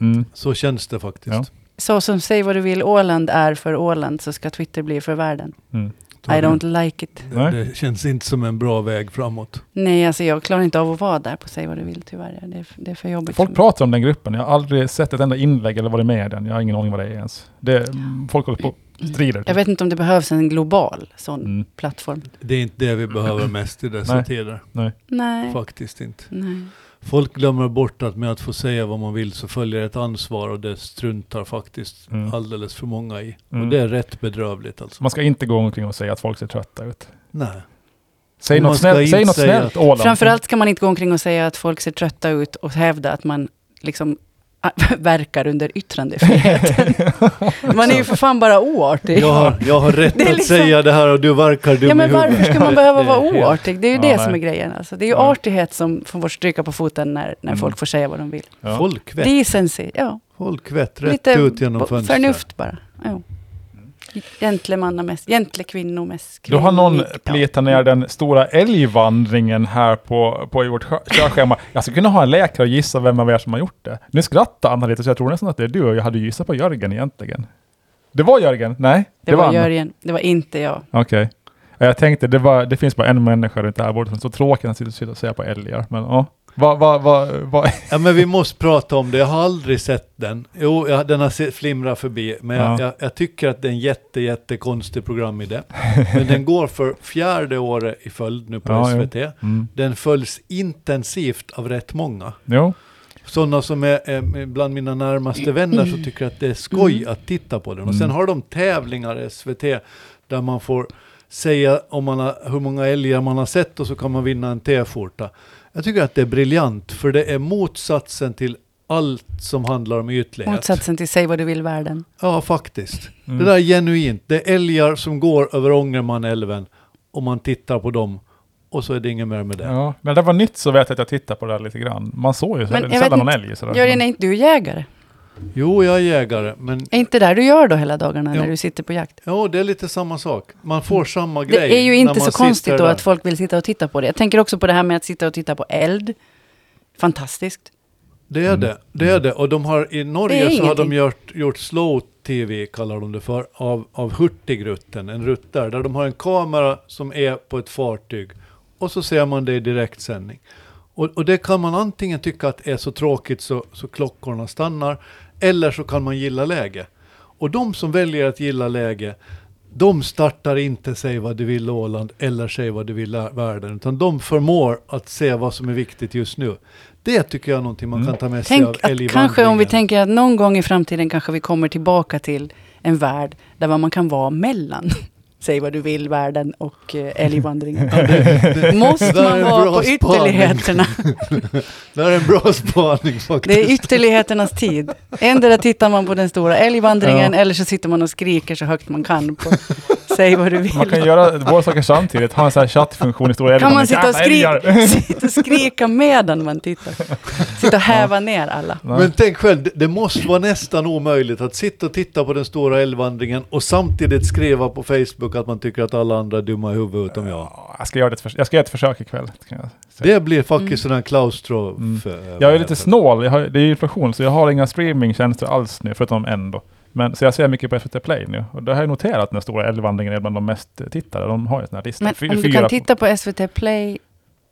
S1: Mm.
S3: Så känns det faktiskt.
S1: Ja.
S2: Så som säg vad du vill Åland är för Åland, så ska Twitter bli för världen.
S1: Mm.
S2: I don't like it.
S1: Nej.
S3: Det, det känns inte som en bra väg framåt.
S2: Nej, alltså jag klarar inte av att vara där på säg vad du vill tyvärr. Det är, det är för jobbigt. för
S1: Folk
S2: mig.
S1: pratar om den gruppen. Jag har aldrig sett ett enda inlägg eller varit med i den. Jag har ingen aning vad det är ens. Det, folk håller på och strider.
S2: Mm. Jag vet inte om det behövs en global sån
S1: Mm.
S2: plattform.
S3: Det är inte det vi behöver mest i dessa
S1: Nej.
S3: tider.
S2: Nej.
S3: Faktiskt inte.
S2: Nej.
S3: Folk glömmer bort att med att få säga vad man vill så följer ett ansvar och det struntar faktiskt
S1: Mm.
S3: alldeles för många i.
S1: Mm.
S3: Och det är rätt bedrövligt alltså.
S1: Man ska inte gå omkring och säga att folk ser trötta ut.
S3: Nej.
S1: Säg
S3: Och man
S1: något,
S3: ska
S1: snällt,
S3: inte
S1: säg något
S3: säga-
S1: snällt Åland. <laughs>
S2: Framförallt ska man inte gå omkring och säga att folk ser trötta ut och hävda att man liksom <laughs> a- verkar under
S1: <laughs>
S2: yttrandefriheten. man är ju för fan bara oartig.
S3: Jag har, jag har rätt
S2: Det är
S3: att
S2: liksom-
S3: säga det här och du verkar dum
S2: Ja, men
S3: i huvudet.
S2: varför ska man behöva
S3: Det är <laughs>
S2: vara
S3: helt-
S2: oartig? Det är ju
S1: Ja,
S2: det
S1: nej.
S2: som är grejen. Alltså, det är ju
S1: Ja.
S2: artighet som får stryka på foten när, när
S1: Mm.
S2: folk får säga vad de vill.
S1: Ja.
S3: Folkvett.
S2: Decency, ja.
S3: Folkvett rätt
S2: Lite
S3: ut genom
S2: bo-
S3: fönstret.
S2: förnuft bara. Jo. Gentlemannamäss, gentlekvinnomäss.
S1: Då har någon
S2: kvinnik- ja.
S1: pletat ner den stora älgvandringen här på, på i vårt skö- körschema. Jag skulle kunna ha en läkare och gissa vem av er som har gjort det. Nu skrattar Anna lite, så jag tror nästan att det är du. Jag hade ju gissat på Jörgen egentligen. Det var Jörgen? Nej,
S2: Det var
S1: Anna.
S2: Jörgen, det var inte jag.
S1: Okej. Ja, Jag tänkte, det, var, det finns bara en människa runt det här bordet som är så tråkig att sitta- sitta och säga på älgar. Men ja. Va, va, va, va.
S3: Ja, men vi måste prata om det. Jag har aldrig sett den. Jo, jag, den har se- flimrat förbi. Men jag,
S1: Ja.
S3: jag, jag tycker att det är en jätte, jätte konstig programidé. Men den går för fjärde året i följd nu på
S1: Ja, jo.
S3: SVT.
S1: Mm.
S3: Den följs intensivt av rätt många.
S1: Jo.
S3: Sådana som är eh, bland mina närmaste vänner så tycker att det är skoj att titta på den. Och sen
S1: Mm.
S3: har de tävlingar i SVT där man får säga om man har, hur många älgar man har sett och så kan man vinna en T-skjorta. Jag tycker att det är briljant för det är motsatsen till allt som handlar om ytlighet.
S2: Motsatsen till Säg vad du vill världen.
S3: Ja, faktiskt.
S1: Mm.
S3: Det där är genuint. Det är älgar som går över Ångermanälven och man tittar på dem och så är det inget mer med det.
S1: Ja. Men det var nytt så vet jag att jag tittade på det här lite grann. Man såg ju
S2: Men
S1: sällan
S2: jag vet
S1: sällan någon
S2: inte,
S1: älg. Sådär.
S2: Jörgen, är
S1: Men-
S2: inte du jägare?
S3: Jo, jag är jägare, men
S2: Är inte det där du gör då hela dagarna
S3: Jo.
S2: när du sitter på jakt?
S3: Ja, det är lite samma sak. Man får samma grej.
S2: Mm. Det är ju
S3: när
S2: inte
S3: man
S2: så konstigt
S3: sitter
S2: då
S3: där.
S2: att folk vill sitta och titta på det. Jag tänker också på det här med att sitta och titta på eld. Fantastiskt.
S3: Det är det. Det är det. Och de har, i
S2: Det är
S3: Norge så har de
S2: ingenting.
S3: gjort, gjort slow-tv, kallar de det för, av, av Hurtigruten, en rutt där, där de har en kamera som är på ett fartyg. Och så ser man det i direktsändning. Och, och det kan man antingen tycka att är så tråkigt så, så klockorna stannar, eller så kan man gilla läge. Och de som väljer att gilla läge, de startar inte Säg vad du vill Åland eller Säg vad du vill världen, utan de förmår att se vad som är viktigt just nu. Det tycker jag är någonting man
S1: Mm.
S3: kan ta med sig
S2: Tänk
S3: av
S2: att
S3: älgvandringen.
S2: kanske om vi tänker att någon gång i framtiden kanske vi kommer tillbaka till en värld där man kan vara mellan. <laughs> Säg vad du vill, världen och eh, älgvandringen.
S3: <laughs>
S2: Måste
S3: där är
S2: man
S3: en
S2: vara
S3: bra
S2: på
S3: spaning.
S2: ytterligheterna?
S3: Det här är en bra spaning faktiskt.
S2: Det är ytterligheternas tid. Endera tittar man på den stora älgvandringen
S1: Ja.
S2: eller så sitter man och skriker så högt man kan
S3: <laughs>
S2: på Säg vad du vill.
S1: Man kan göra båda saker samtidigt. Ha en sån här chattfunktion i stora älgar.
S2: Kan man sitta och,
S1: Jävla älgar!
S2: skrika, <laughs> sitta och skrika medan man tittar? Sitta och häva ner alla.
S1: <laughs> Nej.
S3: Men tänk själv, det, det måste vara nästan omöjligt att sitta och titta på den stora älgvandringen och samtidigt skriva på Facebook att man tycker att alla andra är dumma i huvudet utom jag.
S1: Ja, Jag ska göra ett, förs- jag ska göra ett försök ikväll. Kan jag, säga.
S3: Det blir
S2: Mm.
S3: faktiskt sån här eh, klaustro...
S1: Mm.
S3: för-
S1: jag är lite snål, jag har, det är ju inflation, så jag har inga streamingtjänster alls nu, förutom en då. Men, så jag ser mycket på SVT Play nu. Och det har jag noterat, den här stora älgvandringen är bland de mest tittade. De har ju en sån här lista.
S2: Men
S1: Fy-
S2: om du
S1: fyra-
S2: kan titta på SVT Play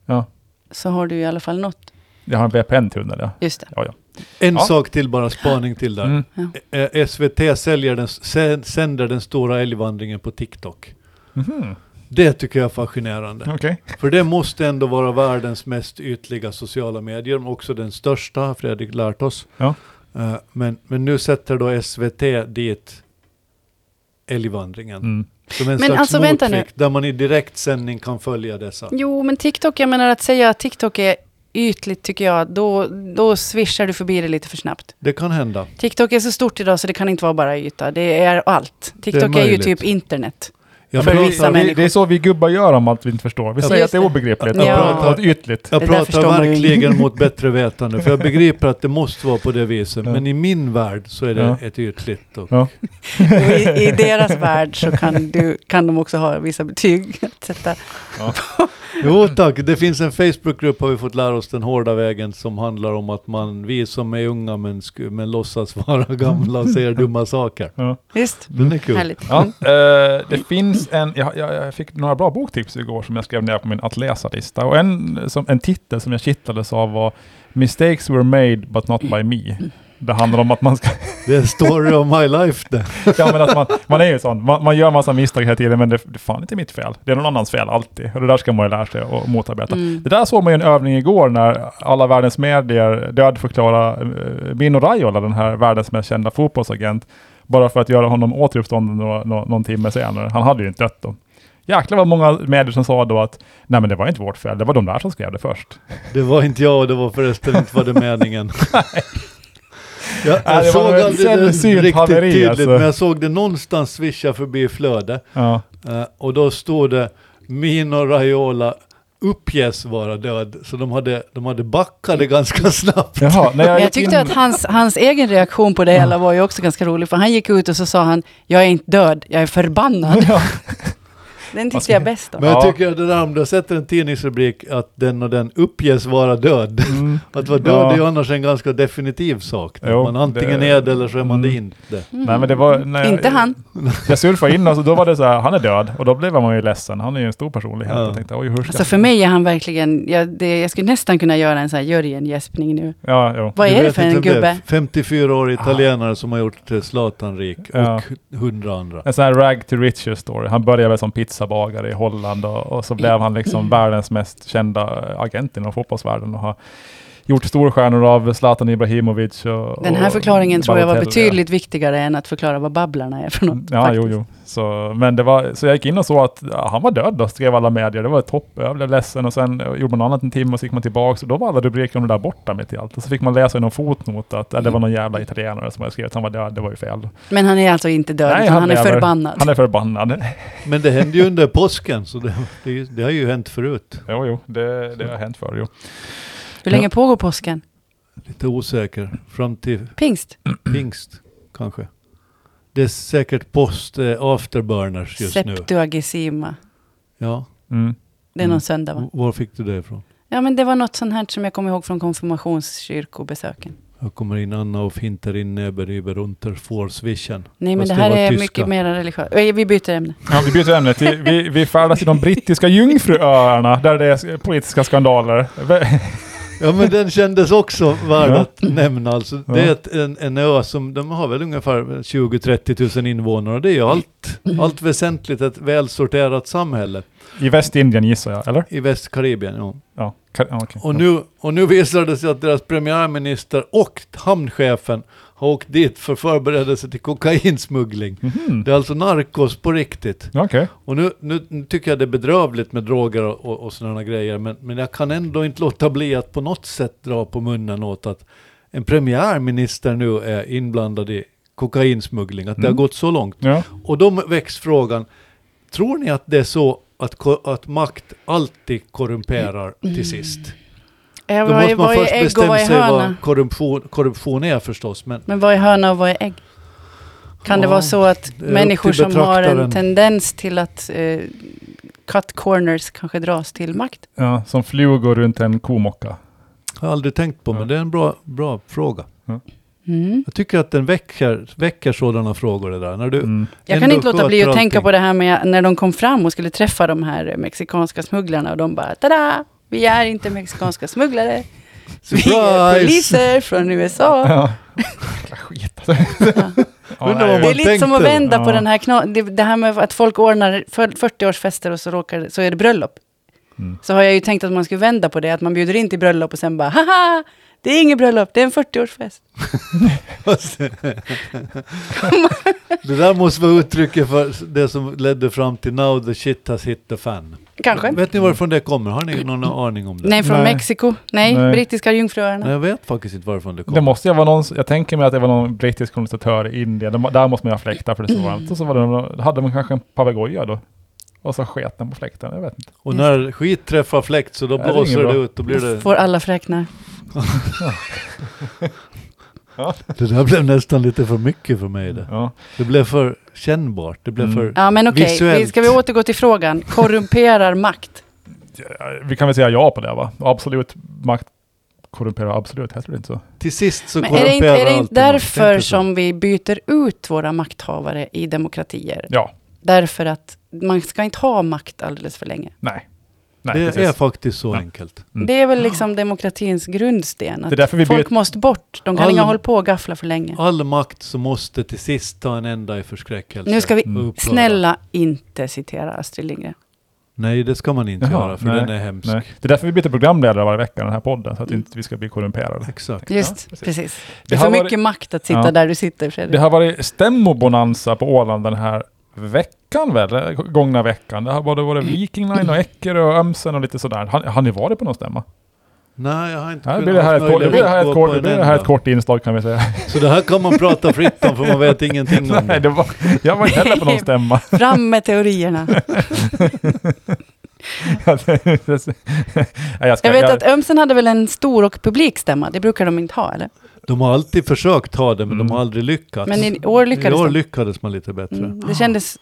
S1: Ja.
S2: så har du i alla fall något.
S1: Jag har en VPN till den, ja.
S2: Just det.
S1: ja, ja.
S3: En
S1: Ja.
S3: sak till bara, spaning till där.
S1: Mm.
S3: Eh, SVT säljer den, sä- sänder den stora älgvandringen på TikTok.
S1: Mhm.
S3: Det tycker jag är fascinerande.
S1: Okej.
S3: För det måste ändå vara världens mest ytliga sociala medier, men också den största har Fredrik lärt oss.
S1: Ja.
S3: Eh, Men, men nu sätter då SVT dit älgvandringen.
S1: Mm.
S3: Som en
S2: Men
S3: slags
S2: alltså, vänta nu.
S3: motvikt, där man i direktsändning kan följa dessa.
S2: Jo, men TikTok, jag menar att säga att TikTok är ytligt tycker jag, då, då swishar du förbi det lite för snabbt.
S3: Det kan hända.
S2: TikTok är så stort idag så det kan inte vara bara yta, det är allt. TikTok är, ju
S3: möjligt.
S2: typ internet.
S3: Jag
S2: För
S1: Men
S2: vissa
S3: pratar,
S1: vi, vi,
S2: människor.
S1: det är så vi gubbar gör om allt vi inte förstår. Vi
S3: Ja,
S1: säger att
S2: just
S1: det är
S2: det.
S1: obegripligt
S3: Ja.
S1: och och ytligt.
S3: jag
S2: Det där förstår
S3: pratar
S2: man ju
S3: verkligen mot bättre vetande, för jag begriper att det måste vara på det viset.
S1: Ja.
S3: Men i min värld så är det
S1: Ja.
S3: ett ytligt. Och,
S1: Ja.
S2: Och i, I deras värld så kan, du, kan de också ha vissa betyg att sätta.
S3: Jo tack, det finns en Facebookgrupp har vi fått lära oss den hårda vägen som handlar om att man, vi som är unga men, sku, men låtsas vara <laughs> gamla och säger dumma saker.
S1: Ja.
S2: Visst?
S3: Den är kul.
S2: Härligt.
S1: Ja, eh, det finns en, jag, jag, jag fick några bra boktips igår som jag skrev ner på min att läsa-lista. Och en, som, en titel som jag kittlades av var Mistakes were made but not by me. Det handlar om att man ska, <laughs>
S3: Det är story of my life det.
S1: ja men att man, man är ju sån, man, man gör massa misstag hela tiden men det, det är fan inte mitt fel. Det är någon annans fel alltid. Och det där ska man ju lära sig och motarbeta.
S2: Mm.
S1: Det där såg man ju en övning igår när alla världens medier dödförklara eh, Bino Raiola, den här världens mest kända fotbollsagent, bara för att göra honom återuppstånden några, nå- någon timme senare. Han hade ju inte dött då. Jäklar vad många medier som sa då att nej men det var inte vårt fel, det var de där som skrev det först.
S3: Det var inte jag och det var förresten inte vad det
S1: <laughs>
S3: meningen. Jag,
S1: Nej,
S3: jag
S1: det var
S3: såg
S1: ett
S3: aldrig det
S1: sällsynt
S3: riktigt
S1: haveri,
S3: tydligt,
S1: alltså.
S3: men jag såg det någonstans svischa förbi i flödet.
S1: Ja,
S3: Eh, och då stod det Mino Raiola uppges vara död, så de hade, de hade backat det ganska snabbt.
S1: Jaha, när jag,
S2: Men jag
S1: gick in-
S2: tyckte att hans, hans egen reaktion på det hela var ju också ganska rolig, för han gick ut och så sa han, jag är inte död, jag är förbannad.
S1: <laughs> Ja.
S2: Den tyckte jag bäst om.
S3: Men jag
S1: Ja.
S3: tycker att det där om du sätter en tidningsrubrik att den och den uppges vara död. <laughs>
S1: Mm.
S3: Att vara död
S1: Ja.
S3: är ju annars en ganska definitiv sak.
S1: Jo,
S3: man antingen
S1: det- Mm.
S3: är det eller så är man det inte.
S1: Nej men det var... När jag,
S2: Mm. Inte han.
S1: Jag surfade in och så, då var det så här, han är död. Och då blev man ju ledsen, han är ju en stor personlighet.
S3: Ja.
S1: Jag tänkte, oj hur ska
S2: Alltså för mig är han verkligen, jag, det, jag skulle nästan kunna göra en sån här Jörgen-gäspning nu.
S1: Ja, jo.
S2: Vad
S3: Du
S2: är det
S3: vet
S2: för
S3: inte
S2: en
S3: vem det är.
S2: gubbe?
S3: 54-årig italienare som har gjort eh, Zlatan rik
S1: Ah. Ja.
S3: och hundra andra.
S1: En sån här rag to riches story. Han började väl som pizzabagare i Holland och, och så blev han
S2: Mm.
S1: liksom världens mest kända eh, agent inom fotbollsvärlden och har gjort storstjärnor av Zlatan Ibrahimovic och
S2: Den här
S1: och
S2: förklaringen tror jag var
S1: Balotelli.
S2: betydligt viktigare än att förklara vad Babblarna är för något.
S1: Ja,
S2: faktiskt.
S1: jo, jo. Så, men det var, så jag gick in och såg att ja, han var död då, skrev alla medier. Det var topp. Jag blev ledsen och sen eh, gjorde man annat en timme och så gick man tillbaka och då var alla rubriker om det där borta mitt i allt. Och så fick man läsa i någon fotnot att eh, det var någon
S2: Mm.
S1: jävla italienare som hade skrivit att han var död. Det var ju fel.
S2: Men han är alltså inte död,
S1: Nej,
S2: utan
S1: han
S2: han, är
S1: lever.
S2: förbannad.
S1: Han är förbannad. <laughs>
S3: Men det hände ju under påsken, så det, det, det har ju hänt förut.
S1: Jo, jo, det, det har hänt förr. Jo.
S2: Hur länge pågår påsken?
S3: Lite osäker. Fram till
S2: Pingst?
S3: pingst, kanske. Det är säkert post eh, afterburners just nu.
S2: Septuagesima.
S3: Ja,
S1: Mm.
S2: Det är någon
S1: Mm.
S2: söndag va?
S3: v- var fick du det ifrån?
S2: Ja men det var något sånt här som jag kommer ihåg från konfirmationskyrkobesöken.
S3: Jag kommer in Anna och fintar in Neber über unter Vorswischen.
S2: Nej men
S3: Fast
S2: det
S3: det
S2: här
S3: var
S2: är
S3: tyska.
S2: mycket mer religiöst. Ö, Vi byter ämne.
S1: Ja, vi byter ämne. Till, vi, vi färdas till de brittiska jungfruöarna där det är sk- politiska skandaler. Vä-
S3: Ja men den kändes också värd
S1: Ja.
S3: att nämna. Alltså, det är ett, en, en ö som, de har väl ungefär 20-30 000 invånare och det är ju allt, allt väsentligt ett välsorterat samhälle
S1: I Västindien gissar jag, eller?
S3: i Västkaribien. Ja.
S1: Ja. Ka- ja, okej.
S3: Och, nu, och nu visar det sig att deras premiärminister och hamnchefen har åkt dit för förberedelse till kokainsmuggling.
S1: Mhm.
S3: Det är alltså narkos på riktigt.
S1: Ja, Okej.
S3: Och nu, nu, nu tycker jag det är bedrövligt med droger och, och, och sådana grejer, men, men jag kan ändå inte låta bli att på något sätt dra på munnen åt att en premiärminister nu är inblandad i kokainsmuggling, att det
S1: Mm.
S3: har gått så långt.
S1: Ja.
S3: Och då väcks frågan, tror ni att det är så att, ko- att makt alltid korrumperar till sist?
S2: Äh, Mm.
S3: Då
S2: vad,
S3: måste
S2: är,
S3: man
S2: vad
S3: först
S2: är ägg och
S3: bestämma
S2: vad är
S3: sig
S2: höna?
S3: vad korruption, korruption är förstås, men
S2: Men vad är höna och vad är ägg? Kan det
S3: Ja,
S2: vara så att
S3: det är upp
S2: människor
S3: till
S2: som har
S3: betraktaren.
S2: en tendens till att eh, cut corners kanske dras till makt?
S1: ja, som flugor runt en komocka.
S3: jag har aldrig tänkt på,
S1: Ja.
S3: men det är en bra, bra fråga.
S2: Mm.
S3: Jag tycker att den väcker, väcker sådana frågor det där. När du,
S1: Mm.
S2: Jag kan
S3: Ändå
S2: inte låta bli
S3: sköter
S2: att tänka
S3: allting.
S2: på det här med när de kom fram och skulle träffa de här mexikanska smugglarna och de bara tada! Vi är inte mexikanska smugglare. Vi är <laughs>
S3: Surprise!
S2: poliser från USA.
S1: Ja. Jäkla skit alltså.
S2: Ja.
S1: Ja,
S3: Undrar
S1: nej,
S3: vad
S2: Det är
S3: man
S2: lite som att
S3: tänkte.
S2: vända på
S1: Ja.
S2: den här kna- det, det här med att folk ordnar för- 40-årsfester och så, råkar, det- så är det bröllop.
S1: Mm.
S2: Så har jag ju tänkt att man skulle vända på det, att man bjuder in till bröllop och sen bara haha, det är inget bröllop, det är en 40-årsfest.
S3: det där måste vara uttrycket för det som ledde fram till Now the shit has hit the fan.
S2: Kanske.
S3: Vet ni varifrån det kommer? Har ni någon aning om det?
S2: Nej, från
S1: Nej.
S2: Mexiko. Nej,
S1: Nej.
S2: brittiska jungfruöarna.
S3: Nej, jag vet faktiskt inte varifrån det kommer.
S1: Det måste ju vara någon, jag tänker mig att det var någon brittisk kolonisatör i Indien. De, där måste man ju ha fläktar för det är så varmt. Och så var det, någon- hade man kanske en papegoja då. Och så sket den på fläkten, jag vet inte.
S3: Och när skit träffar fläkt så då
S1: Nej, det är
S3: blåser
S1: inget
S3: det
S1: bra.
S3: ut. Då blir det...
S2: Får alla fräknar.
S3: Det där blev nästan lite för mycket för mig det.
S1: Ja.
S3: Det blev för kännbart. Det blev
S1: Mm.
S3: för...
S2: Ja, men okej, vi
S3: Visuellt.
S2: ska vi återgå till frågan. Korrumperar makt?
S1: Vi kan väl säga ja på det va? Absolut makt korrumperar absolut, heter det inte så?
S3: Till sist så
S2: Men är det inte, är det
S3: allt
S2: inte
S3: man
S2: därför
S3: tänker så.
S2: som vi byter ut våra makthavare i demokratier?
S1: Ja,
S2: Därför att man ska inte ha makt alldeles för länge.
S1: nej. Nej,
S3: det
S1: precis.
S3: är faktiskt så
S1: Ja.
S3: enkelt.
S1: Mm.
S2: Det är väl liksom demokratins grundsten. Att
S1: Det är därför vi
S2: folk
S1: byter-
S2: måste bort. De kan
S3: All-
S2: inte hålla på och gaffla för länge.
S3: All makt så måste till sist ta en ända i förskräckelse.
S2: Nu ska vi
S1: Mm.
S3: Upphöra.
S2: snälla inte citera Astrid Lindgren.
S3: Nej, det ska man inte
S1: Jaha,
S3: göra för
S1: nej,
S3: den är hemsk.
S1: Nej. Det är därför vi byter programledare varje vecka i den här podden, så att
S3: Mm.
S1: inte vi ska bli korrumperade.
S3: Exakt.
S2: Just,
S1: precis.
S2: precis. Det är
S1: har
S2: för
S1: varit-
S2: mycket makt att sitta
S1: Ja.
S2: där du sitter, Fredrik.
S1: Det har varit stämmobonanza på Åland den här veckan väl? Eh, Gångna veckan. Det har både varit
S3: Mm.
S1: Viking Line och Eckerö och Ömsen och lite sådär. Har, har ni varit på någon stämma?
S3: Nej, jag har inte
S1: Här
S3: kunnat
S1: blir det här
S3: haft
S1: ett kort, det
S3: möjlighet
S1: blir det här
S3: att
S1: ett
S3: gå
S1: kort,
S3: på
S1: det
S3: en
S1: blir det här
S3: enda.
S1: ett kort inslag kan vi säga.
S3: Så det här kan man prata fritt om för
S1: <laughs>
S3: man vet ingenting om
S1: Nej,
S3: det.
S1: det var, jag var inte heller på någon
S3: <laughs>
S1: stämma. <laughs>
S2: Fram med teorierna.
S1: Nej, jag ska,
S2: Jag vet att Ömsen hade väl en stor och publik stämma. Det brukar de inte ha, eller?
S3: De har alltid försökt ha det, men de har
S1: Mm.
S3: aldrig lyckats.
S2: Men i år lyckades
S3: I år
S2: de.
S3: lyckades man lite bättre.
S2: Mm. Det kändes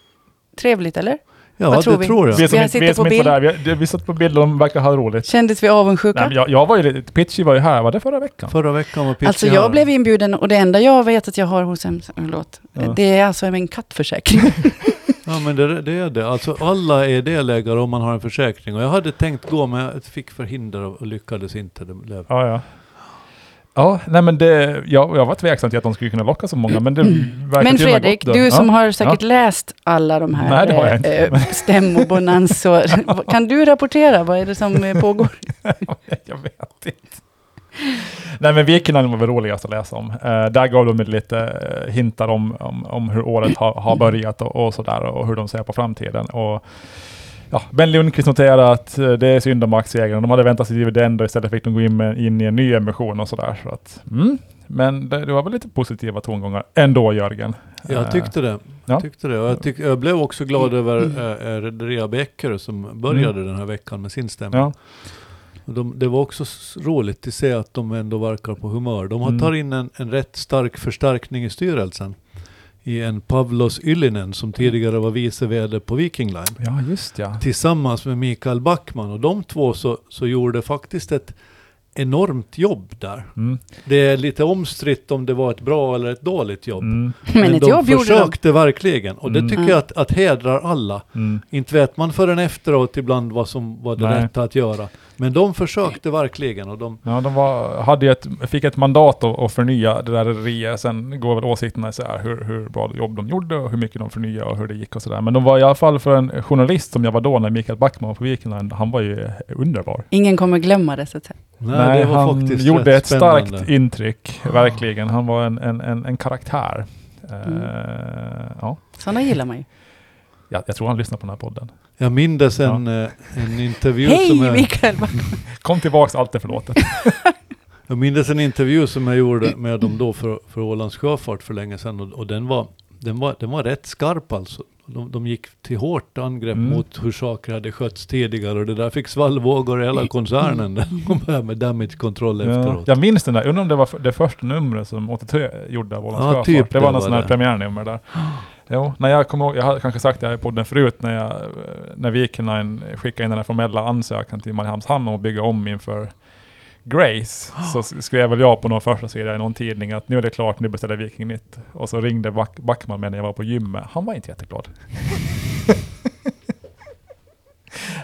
S2: trevligt, eller?
S3: Ja,
S2: Vad tror
S3: det
S2: vi?
S3: tror jag.
S1: Vi som,
S2: Vi har
S1: inte- vi
S2: sitter
S1: som
S2: på
S1: inte var
S2: bild.
S1: där, vi, vi satt på bild och de verkar ha roligt.
S2: Kändes vi
S1: Nej, men
S2: avundsjuka?
S1: jag, jag var ju lite, Pitchy var ju här, var det förra veckan?
S3: Förra veckan var Pitchy
S2: Alltså
S3: här.
S2: jag blev inbjuden och det enda jag vet att jag har hos Ömsen, förlåt,
S1: Ja.
S2: det är alltså min kattförsäkring.
S3: Ja, men det, det är det. Alltså alla är delägare om man har en försäkring. Och jag hade tänkt gå, men jag fick förhinder och och lyckades inte. Det blev.
S1: Ja, ja. Ja, nej men det, jag, jag var tveksam till att de skulle kunna locka så många, men det verkar
S2: Mm. Men
S1: till och med
S2: Fredrik,
S1: gott då.
S2: du som
S1: ja.
S2: har säkert läst alla de här
S1: Nej, det har jag inte.
S2: eh, stämmobonanzor,
S1: <laughs>
S2: kan du rapportera vad är det som eh,
S3: <laughs>
S2: pågår?
S1: jag vet inte. Nej men Vikingland var väl roligast att läsa om. Eh, där gav de lite eh, hintar om, om, om hur året har, har börjat och, och sådär och hur de ser på framtiden. Och, ja, ben Lundqvist noterar att eh, det är synd om aktieägarna. De hade väntat sig dividender istället fick de gå in, med, in i en ny emission och sådär. Så att, mm. Men det, det var väl lite positiva tongångar ändå Jörgen.
S3: Jag tyckte det.
S1: Eh, ja.
S3: Jag, tyckte det. Och jag, tyck, jag blev också glad
S2: Mm.
S3: över eh, eh, Rederi Bäckare som började den här veckan med sin stämma.
S1: Ja.
S3: Och De, det var också s- roligt att se att de ändå verkar på humör. De har
S1: Mm.
S3: tar in en, en rätt stark förstärkning i styrelsen. I en Pavlos Ylinen som tidigare var vice vd på Viking Line.
S1: ja, just ja.
S3: Tillsammans med Mikael Backman. Och de två så, så gjorde faktiskt ett enormt jobb där.
S1: Mm.
S3: Det är lite omstritt om det var ett bra eller ett dåligt jobb.
S1: Mm.
S2: Men ett
S3: de
S2: jobb gjorde de.
S3: försökte verkligen. Och det
S1: Mm.
S3: tycker
S2: Mm.
S3: jag att, att hedrar alla.
S1: Mm.
S3: Inte vet man förrän efteråt ibland vad som var det
S1: Nej.
S3: rätta att göra. Men de försökte verkligen och de...
S1: Ja, de var, hade ju ett, fick ett mandat att, att förnya det där rederiet. Sen går väl åsikterna isär hur, hur bra jobb de gjorde och hur mycket de förnyade och hur det gick och sådär. Men de var i alla fall för en journalist som jag var då när Mikael Backman var på Viking Line, han var ju underbar.
S2: Ingen kommer glömma det, så att säga.
S3: Nej, det var
S1: han
S3: faktiskt
S1: gjorde
S3: rätt
S1: ett starkt
S3: spännande.
S1: intryck, verkligen. Han var en, en, en, en karaktär.
S2: Mm.
S1: Eh, ja.
S2: Sådana gillar man ju.
S1: jag, jag tror han lyssnar på den här podden.
S3: Jag mindes en, eh, en intervju som
S1: eh,
S2: Hej
S3: jag...
S2: Mikael! <laughs>
S1: Kom tillbaks, allt är förlåtet.
S3: Jag minns en intervju som jag gjorde med dem då för, för Ålands Sjöfart för länge sedan och, och den, var, den, var, den var rätt skarp alltså. De, de gick till hårt angrepp
S1: Mm.
S3: mot hur saker hade skötts tidigare och det där fick svallvågor i hela koncernen. De började med damage control
S1: Mm. Ja,
S3: efteråt.
S1: jag minns den där, undrar om det var f- det första numret som 83 gjorde av Ålands
S3: Ja,
S1: Sjöfart.
S3: typ
S1: det var
S3: det
S1: någon
S3: var
S1: sån här
S3: det.
S1: premiärnummer där. Jo, när jag kommer ihåg, jag har kanske sagt det här i podden förut, när, jag, eh, när Viking Line skickade in den här formella ansökan till Mariehamns hamn om att bygga om inför Grace,
S3: Ah.
S1: så s- skrev väl jag på någon första sida i någon tidning att nu är det klart, nu beställer Viking nytt. Och så ringde Back Backman mig när jag var på gymmet. Han var inte jätteglad.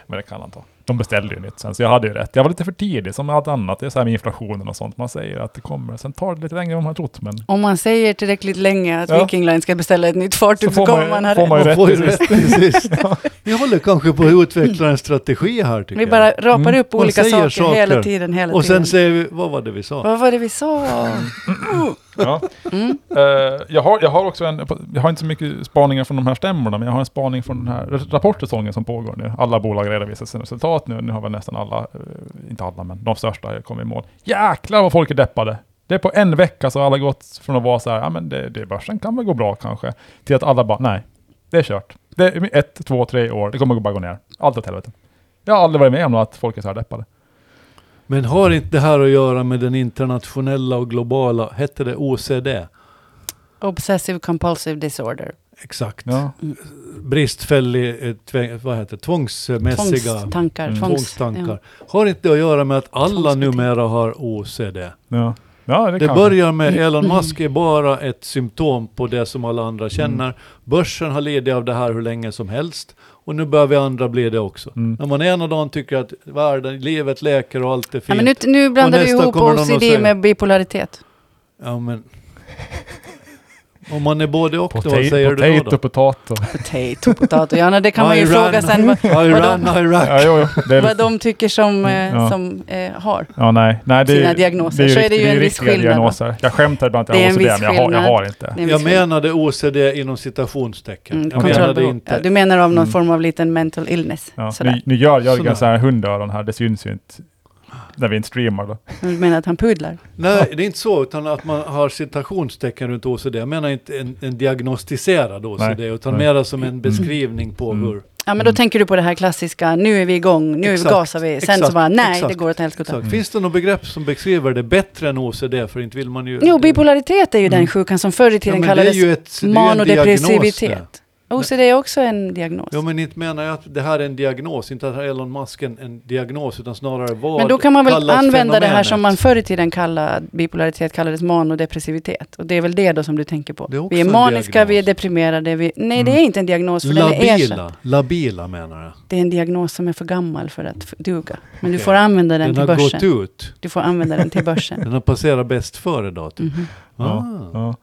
S1: Men det kan han ta. De beställde ju nytt sen, så jag hade ju rätt. Jag var lite för tidig, som med allt annat. Det är så här med inflationen och sånt. Man säger att det kommer, sen tar det lite längre än vad man har trott. Men
S2: Om man säger tillräckligt länge att
S1: Ja.
S2: Viking Line ska beställa ett nytt fartyg så,
S1: Så får man
S2: kommer
S1: ju-
S2: man ha
S1: får
S2: rätt.
S1: man ju
S3: Man
S1: rätt
S3: får ju
S1: till sist.
S3: rätt till sist.
S1: <laughs>
S3: Vi håller kanske på att utveckla en strategi här tycker
S2: Vi bara
S3: jag.
S2: rapar
S1: Mm.
S2: upp
S3: Man
S2: olika
S3: säger
S2: saker, hela
S3: saker.
S2: tiden, hela
S3: Och
S2: tiden.
S3: sen säger vi, vad var det vi sa?
S2: Vad var det vi sa?
S1: ja.
S2: Mm.
S1: Eh, jag, har, jag har också en, jag har inte så mycket spaningar från de här stämmorna, men jag har en spaning från den här rapportsäsongen som pågår nu. Alla bolag redovisar sina resultat nu. Nu har väl nästan alla, eh, inte alla, men de största kommit i mål. Jäklar vad folk är deppade! Det är på en vecka så har alla gått från att vara så här, ja men det, det börsen kan väl gå bra kanske, till att alla bara, nej, det är kört. Det är ett, två, tre år, det kommer bara gå ner. Allt åt helvete. Jag har aldrig varit med om att folk är så här deppade.
S3: Men har inte det här att göra med den internationella och globala, hette det OCD?
S2: Obsessive compulsive disorder.
S3: Exakt.
S1: Ja.
S3: Bristfällig, eh, tväng, vad heter det, tvångsmässiga
S2: Tvångstankar.
S1: Mm.
S2: Tvångs,
S3: tvångstankar.
S2: ja.
S3: Har inte det att göra med att alla
S2: Tvångsbeteende.
S3: numera har OCD?
S1: Ja. Ja, det,
S3: Det
S1: kan.
S3: börjar med
S2: Mm.
S3: Elon Musk är bara ett symptom på det som alla
S1: Mm.
S3: andra känner. Börsen har lidit av det här hur länge som helst och nu börjar vi andra bli det också.
S1: Mm.
S3: När man ena dagen tycker att världen, livet läker och allt är fint.
S2: Ja, men nu, nu blandar
S3: Och
S2: du
S3: nästa
S2: ihop
S3: kommer någon och
S2: OCD
S3: säger-
S2: med bipolaritet.
S3: om man är både och, då, vad
S1: Potato,
S3: säger du då?
S1: potato,
S3: då?
S1: potato.
S2: Potato, potato. Ja, det kan man ju
S3: Iran.
S2: fråga sen vad,
S3: Iran, Iraq.
S1: Ja, jo, jo. Det är
S2: vad de tycker
S3: Mm,
S2: som, eh,
S1: Ja.
S2: som eh, har.
S1: Ja, nej. nej det, är-
S2: Sina diagnoser.
S1: Det är
S2: Så är det ju
S1: rikt-
S2: en viss
S1: riktiga
S2: skillnad, va?
S1: Diagnoser. Jag skämtar ibland att
S2: Det
S1: jag
S2: är
S1: har
S2: en
S1: OCD,
S2: viss
S1: men jag har, jag
S2: skillnad.
S1: har inte.
S2: Det är en
S3: Jag
S2: viss skillnad.
S3: menade OCD inom citationstecken.
S2: Mm,
S3: jag menade
S2: kontrollbehov.
S3: inte...
S2: Ja, du menar av någon
S1: Mm.
S2: form av liten mental illness?
S1: Ja.
S2: Sådär.
S1: Nu, nu gör Jörgen
S3: Sådär.
S1: så här hundöron här, det syns ju inte när vi inte streamar. Då.
S2: Du menar att han pudlar?
S3: Nej, det är inte så, utan att man har citationstecken runt OCD. Jag menar inte en, en diagnostiserad OCD, utan
S1: nej.
S3: mera som en beskrivning på
S1: Mm.
S3: hur...
S2: Ja, men då
S1: Mm.
S2: tänker du på det här klassiska, nu är vi igång, nu
S3: Exakt,
S2: gasar vi. Sen
S3: exakt,
S2: så bara, nej,
S3: exakt,
S2: det går åt helskotta.
S3: Exakt. Finns det något begrepp som beskriver det bättre än OCD? För inte vill man ju...
S2: Jo, bipolaritet är ju den
S3: Mm.
S2: sjukan som förr i
S3: Ja, men
S2: tiden
S3: det är
S2: kallades
S3: ju ett- det är ju en diagnos
S2: manodepressivitet.
S3: det.
S2: OCD är också en diagnos.
S3: Jo, men inte menar jag att det här är en diagnos, inte att Elon Musk är en, en diagnos, utan snarare vad
S2: men då kan man väl
S3: kallas
S2: använda det här
S3: fenomenet?
S2: som man förr i tiden kallade bipolaritet, kallades manodepressivitet. Och det är väl det då som du tänker på.
S3: Det är också
S2: vi är
S3: en
S2: maniska,
S3: diagnos.
S2: vi är deprimerade. Vi... Nej, det
S1: Mm.
S2: är inte en diagnos, för den är ersatt.
S3: Labila, labila menar jag.
S2: Det är en diagnos som är för gammal för att f- duga. Men du
S3: Okej.
S2: får använda den,
S3: Den
S2: till
S3: har
S2: börsen.
S3: gått ut.
S2: Du får använda den till
S3: <laughs>
S2: börsen.
S3: Den har passerat bäst före datum.
S2: Mhm.
S3: Ah.
S1: Ja.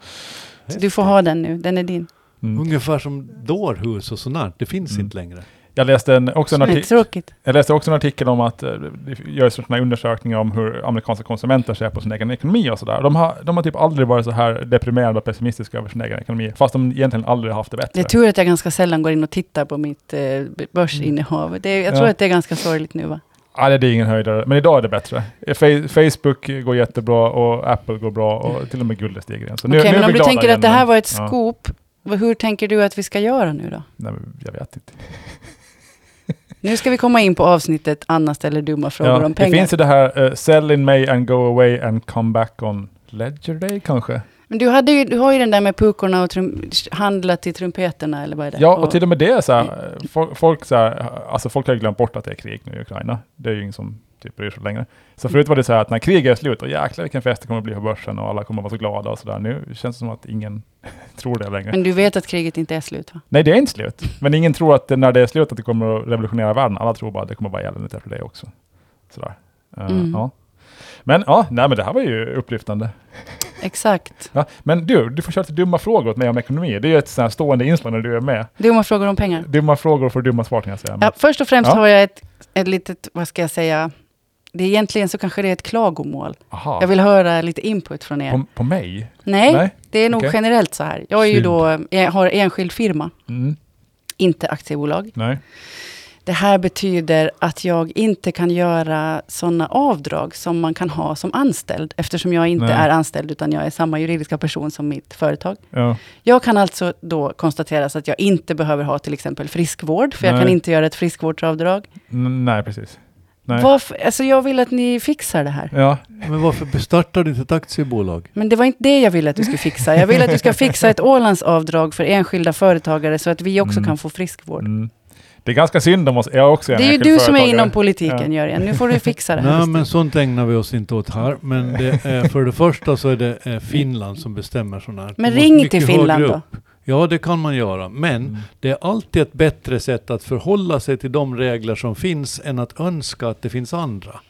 S2: Så du får ha den nu, den är din.
S1: Mm.
S3: Ungefär som dårhus och sånt där. Det finns
S1: Mm.
S3: inte längre.
S1: Jag, läste en, också en
S2: Det är
S1: arti-
S2: tråkigt.
S1: jag läste också en artikel om att eh, det görs sådana här undersökningar om hur amerikanska konsumenter ser på sin egen ekonomi och sådär. De har, de har typ aldrig varit så här deprimerade och pessimistiska över sin egen ekonomi, fast de egentligen aldrig haft det bättre.
S2: Det är tur att jag ganska sällan går in och tittar på mitt eh, b- börsinnehav. Det är, jag
S1: Ja.
S2: tror att det är ganska sorgligt nu va?
S1: Nej, det är ingen höjdare, men idag är det bättre. Fe- Facebook går jättebra och Apple går bra och till och med guldet stiger igen. Så
S2: Mm. Okej,
S1: är
S2: men om
S1: vi
S2: du
S1: glada
S2: tänker
S1: igen,
S2: att det här
S1: men-
S2: var ett
S1: Ja.
S2: scoop, vad- hur tänker du att vi ska göra nu då?
S1: Nej, men jag vet inte.
S2: Nu ska vi komma in på avsnittet Anna ställer dumma frågor
S1: Ja,
S2: om
S1: det
S2: pengar.
S1: finns ju det här eh, sell in May and go away and come back on Ledger Day kanske?
S2: Men du, hade ju, du har ju den där med pukorna och trum, handla till trumpeterna eller vad är det?
S1: Ja, och till och med det är så här, eh, fol- folk, så här, alltså folk har ju glömt bort att det är krig nu i Ukraina. Det är ju ingen som typ bryr sig längre. Så förut var det så här att när kriget är slut, och jäklar vilken fest det kommer att bli på börsen och alla kommer att vara så glada och sådär. Nu känns det som att ingen <laughs> tror det längre.
S2: Men du vet att kriget inte är slut va?
S1: Nej, det är inte slut. Men ingen tror att det, när det är slut att det kommer att revolutionera världen. Alla tror bara att det kommer att vara eländigt efter det också. Sådär. Eh,
S2: Mm.
S1: ja. Men ja, nej men det här var ju upplyftande.
S2: Exakt.
S1: Ja, men du, du får köra lite dumma frågor åt mig om ekonomi. Det är ju ett sånt här stående inslag när du är med.
S2: Dumma frågor om pengar.
S1: Dumma frågor får dumma svar kan jag säga.
S2: Ja, först och främst
S1: Ja.
S2: har jag ett, ett litet, vad ska jag säga, det är egentligen så kanske det är ett klagomål.
S1: Aha,
S2: Jag vill höra lite input från er.
S1: på, på mig?
S2: Nej,
S1: Nej?
S2: det är nog
S1: okej.
S2: generellt så här. Jag är ju
S1: Synd.
S2: då, jag har enskild firma,
S1: Mm,
S2: inte aktiebolag.
S1: nej.
S2: Det här betyder att jag inte kan göra sådana avdrag som man kan ha som anställd, eftersom jag inte
S1: Nej.
S2: är anställd, utan jag är samma juridiska person som mitt företag.
S1: Ja,
S2: Jag kan alltså då konstatera så att jag inte behöver ha till exempel friskvård, för jag
S1: Nej.
S2: kan inte göra ett friskvårdsavdrag.
S1: n- nej, precis. Nej.
S2: Varför, alltså jag vill att ni fixar det här.
S1: Ja,
S3: Men varför startar du inte ett aktiebolag?
S2: Men det var inte det jag ville att du skulle fixa. Jag vill att du ska fixa ett Ålandsavdrag för enskilda företagare, så att vi också
S1: Mm.
S2: kan få friskvård.
S1: mm. Det är ganska synd om oss. Jag är också en
S2: Det är ju
S1: enskild
S2: du som är
S1: företagare.
S2: inom politiken, Jörgen. Nu får du fixa det här.
S3: Nej, men sånt ägnar vi oss inte åt här. Men det är, för det första så är det eh, Finland som bestämmer sådana här.
S2: Men
S3: Det måste
S2: ring
S3: mycket
S2: till Finland
S3: högre
S2: då.
S3: upp. Ja, det kan man göra, men
S1: Mm.
S3: det är alltid ett bättre sätt att förhålla sig till de regler som finns än att önska att det finns andra.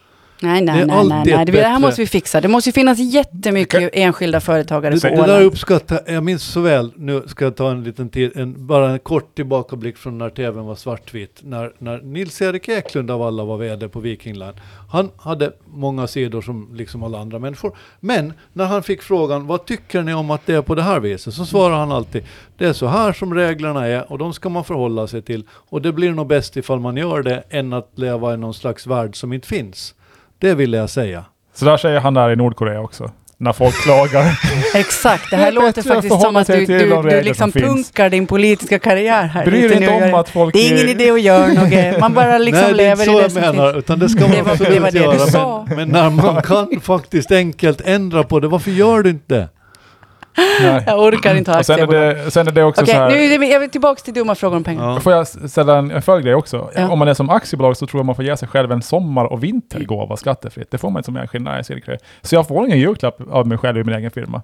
S2: Nej,
S3: Det
S2: nej,
S3: är
S2: nej, nej,
S3: alltid
S2: nej. Det, det här
S3: bättre.
S2: måste vi fixa. Det måste ju finnas jättemycket enskilda företagare
S3: Det,
S2: på
S3: det där
S2: Åland.
S3: uppskattar jag minns så väl. Nu ska jag ta en liten tid, en, bara en kort tillbakablick från när tvn var svartvit. När, när Nils-Erik Eklund av alla var vd på Viking Line. Han hade många sidor som liksom alla andra människor. Men när han fick frågan, vad tycker ni om att det är på det här viset? Så svarar han alltid, det är så här som reglerna är och de ska man förhålla sig till. Och det blir nog bäst ifall man gör det än att leva i någon slags värld som inte finns. Det ville jag säga.
S1: Så där säger han där i Nordkorea också. När folk klagar.
S2: Exakt, det
S1: Det
S2: här
S1: är bättre
S2: låter
S1: att
S2: faktiskt som
S1: förhålla
S2: att
S1: sig
S2: du,
S1: till
S2: du,
S1: de regler
S2: du
S1: som
S2: liksom
S1: finns.
S2: punkar din politiska karriär här.
S1: Bryr
S2: lite
S1: dig inte
S2: nu.
S1: om att folk...
S2: Det är ingen idé att göra något, man bara liksom
S3: Nej, det
S2: lever
S3: är inte
S2: i
S3: så
S2: det
S3: jag
S2: som
S3: menar,
S2: finns.
S3: utan det ska man
S2: Det var-
S3: absolut
S2: det var det du
S3: göra.
S2: sa.
S3: men, men när man kan faktiskt enkelt ändra på det, varför gör du inte det?
S2: <laughs>
S1: Nej.
S2: Jag orkar inte ha
S1: Och sen är,
S2: aktiebolag.
S1: det, sen är det också
S2: Okej,
S1: så här...
S2: nu är det- jag vill tillbaka till dumma frågor om pengar.
S3: Ja.
S1: Får jag s- ställa en, en följdgrej också?
S2: Ja.
S1: Om man är som aktiebolag så tror jag man får ge sig själv en sommar och
S2: Mm.
S1: vintergåva skattefritt. Det får man inte som enskild näringsidkare. Så jag får ingen julklapp av mig själv i min egen firma.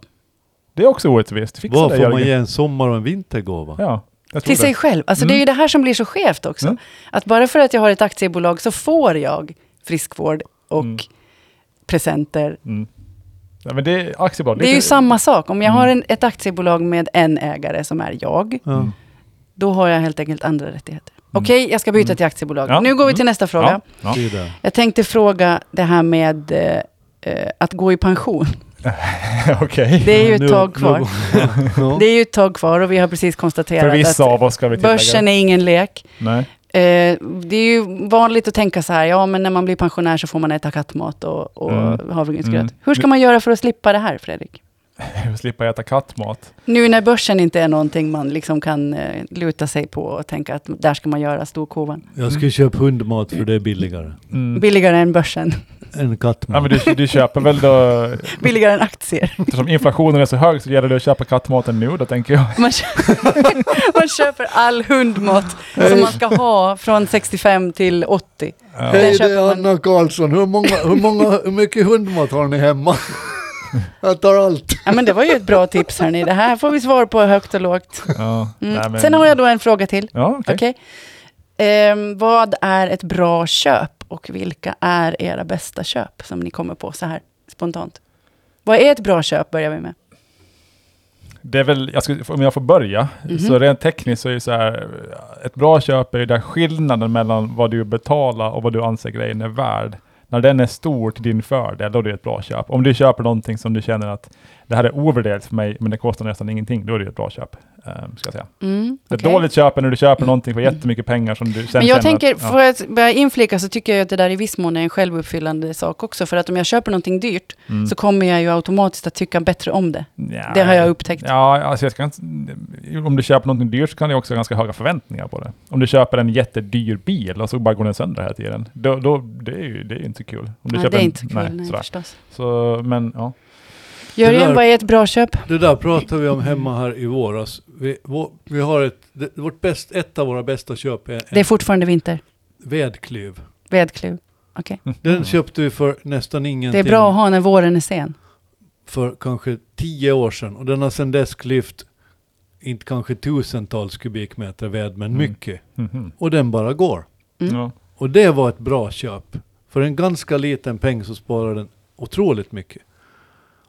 S1: Det är också orättvist. Fixa
S3: Vad
S1: det,
S3: får man
S1: Jörgen.
S3: ge en sommar och en vintergåva?
S1: Ja, jag tror
S2: Till sig
S1: det.
S2: själv. Alltså
S1: Mm.
S2: det är ju det här som blir så skevt också.
S1: Mm.
S2: Att bara för att jag har ett aktiebolag så får jag friskvård och
S1: Mm.
S2: presenter.
S1: Mm. Ja, men det är aktiebolag.
S2: Det är ju
S1: lite- <laughs>
S2: samma sak. Om jag
S1: Mm.
S2: har en, ett aktiebolag med en ägare som är jag,
S3: Ja.
S1: Mm.
S2: då har jag helt enkelt andra rättigheter. Okej, jag ska byta
S1: Mm.
S2: till aktiebolag.
S1: Ja. Mm.
S2: Nu går vi till nästa fråga.
S1: Ja. Ja.
S3: Det är det.
S2: Jag tänkte fråga det här med eh, eh, att gå
S1: <laughs>
S2: i pension.
S1: Okej.
S2: Det är ju
S3: Nu-
S2: ett tag
S3: nu-
S2: kvar.
S3: Ja.
S2: Det är ju ett tag kvar och vi har precis
S1: För
S2: konstaterat
S1: vissa
S2: att
S1: av oss ska vi tillägga.
S2: börsen är ingen lek.
S1: Nej.
S2: Eh, det är ju vanligt att tänka så här, ja men när man blir pensionär så får man äta kattmat och, och
S1: Mm.
S2: havregrynsgröt.
S1: Mm.
S2: Hur ska man göra för att slippa det här, Fredrik?
S1: <laughs> Slippa äta kattmat.
S2: Nu när börsen inte är någonting man liksom kan eh, luta sig på och tänka att där ska man göra storkovan.
S3: Jag ska köpa hundmat för det är billigare
S1: Mm.
S2: Billigare än börsen, <laughs>
S3: än
S1: Ja,
S3: kattmat.
S1: men du, du köper väl då...
S2: billigare än aktier. <laughs>
S1: Eftersom inflationen är så hög så gäller det att köpa kattmaten nu, då tänker jag.
S2: Man köper, <laughs> man köper all hundmat som man ska ha från 65 till 80.
S1: Ja.
S2: Den köper man.
S3: Karlsson. Hur, många, hur, många, hur mycket hundmat har ni hemma? <laughs> Jag tar allt.
S2: Ja men det var ju ett bra tips hörni, det här får vi svar på högt och lågt.
S1: Ja.
S2: Mm.
S1: Nej, men-
S2: Sen har jag då en fråga till.
S1: Ja, okej.
S2: Okej. Ehm, vad är ett bra köp och vilka är era bästa köp som ni kommer på så här spontant? Vad är ett bra köp börjar vi med?
S1: Det är väl, jag skulle, om jag får börja,
S2: Mhm.
S1: så rent tekniskt så är det så här, ett bra köp är ju där skillnaden mellan vad du betalar och vad du anser grejen är värd. När den är stor till din fördel, då är det ett bra köp. Om du köper någonting som du känner att det här är ovärderat för mig, men det kostar nästan ingenting, då är det ett bra köp. ehm, ska jag säga.
S2: Mm,
S1: Ett
S2: okej. Mm.
S1: dåligt köp är när du köper någonting för jättemycket pengar som du sen
S2: Men jag
S1: känner
S2: tänker,
S1: att, ja.
S2: för att börja inflika så tycker jag att det där i viss mån är en självuppfyllande sak också. För att om jag köper någonting dyrt
S1: Mm.
S2: så kommer jag ju automatiskt att tycka bättre om det.
S1: Nja.
S2: Det har jag upptäckt.
S1: Ja, alltså jag ska, inte- om du köper någonting dyrt så kan du också ha ganska höga förväntningar på det. Om du köper en jättedyr bil och så bara går den sönder hela tiden, då, då, det, är ju, det är ju inte kul. Om du
S2: Nej,
S1: köper
S2: det är
S1: en-
S2: inte så kul, nej,
S1: sådär.
S2: förstås.
S1: Så, men ja. <laughs>
S3: Det där-
S2: Jörgen, vad är ett bra köp?
S3: Det där pratade vi om hemma här i våras. Vi, vår, vi har ett, det, vårt bäst, ett av våra bästa köp är en
S2: Det är fortfarande vinter.
S3: vedklyv.
S2: Vedkluv. Okej.
S3: Den
S1: Mm.
S3: köpte vi för nästan
S2: Det
S3: ingenting.
S2: är bra att ha när våren är sen.
S3: för kanske tio år sedan och den har sedan dess klyft inte kanske tusentals kubikmeter ved men
S1: Mm.
S3: mycket.
S1: Mhm.
S3: Och den bara går.
S2: Mm.
S1: Ja.
S3: Och det var ett bra köp. För en ganska liten peng så sparar den otroligt mycket.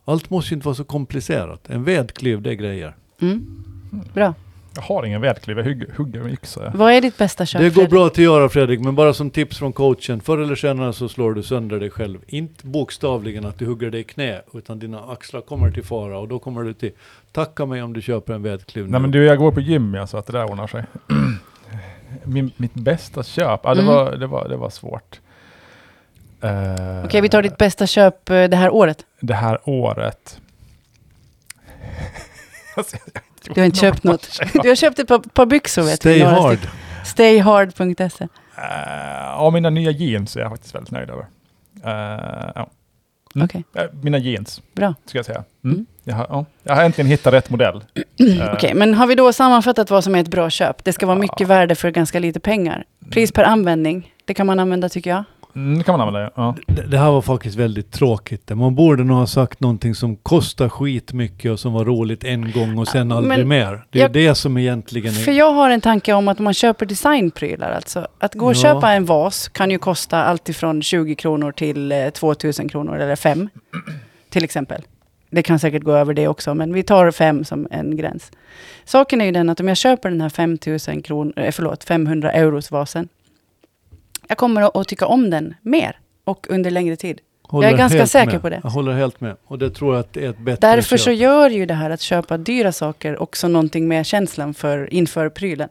S3: Allt måste ju inte vara så komplicerat. En vedklyv det är grejer.
S2: Mm. Bra.
S1: Jag har ingen vedklyv, jag hugger, hugger med yxa. jag.
S2: Vad är ditt bästa köp?
S3: det går
S2: Fredrik?
S3: bra att göra Fredrik men bara som tips från coachen. Förr eller senare så slår du sönder dig själv. Inte bokstavligen att du hugger dig i knä utan dina axlar kommer till fara och då kommer du till tacka mig om du köper en vedklyv
S1: Nej
S3: nu.
S1: men du, jag går på gym ja, så att det där ordnar sig. <clears throat> Min, mitt bästa köp, ja, det,
S2: Mm.
S1: var, det, var, det var svårt. Eh,
S2: Okej, vi tar ditt bästa köp eh, det här året.
S1: Det här året. Alltså, jag har
S2: Du har inte
S1: gjort <laughs>
S2: köpt något. Du har köpt ett par, par byxor vet
S3: Stay
S2: vi. några
S3: hard.
S2: stycken. Stayhard.se.
S1: Eh, Ja, mina nya jeans är jag faktiskt väldigt nöjd över. Eh, ja. Mm.
S2: Okej.
S1: Eh, Mina jeans,
S2: Bra.
S1: ska jag säga. Mm.
S2: Mm.
S1: Jag, har, ja. jag har äntligen hittat rätt modell. Eh,
S2: Okej, men har vi då sammanfattat vad som är ett bra köp? Det ska vara
S1: Ja.
S2: mycket värde för ganska lite pengar. Pris per användning, det kan man använda tycker jag.
S1: Mm, det kan man använda, ja. ja.
S3: Det, det här var faktiskt väldigt tråkigt. Man borde nog ha sagt någonting som kostar skitmycket och som var roligt en gång och sen
S2: Men
S3: aldrig mer. Det är
S2: jag-
S3: det som egentligen
S2: För
S3: är...
S2: jag har en tanke om att om man köper designprylar, alltså. Att gå och
S3: Ja.
S2: köpa en vas kan ju kosta allt ifrån 20 kronor till eh, 2000 kronor eller 5. Till exempel. Det kan säkert gå över det också, men vi tar 5 som en gräns. Saken är ju den att om jag köper den här 5000 kronor, eh, förlåt, 500 euros vasen. Jag kommer att- att tycka om den mer och under längre tid.
S3: håller
S2: är ganska
S3: helt
S2: säker
S3: med.
S2: på det.
S3: Jag håller helt med. Och det tror jag att det är ett bättre
S2: Därför så
S3: köp.
S2: gör ju det här att köpa dyra saker också någonting med känslan för inför prylen.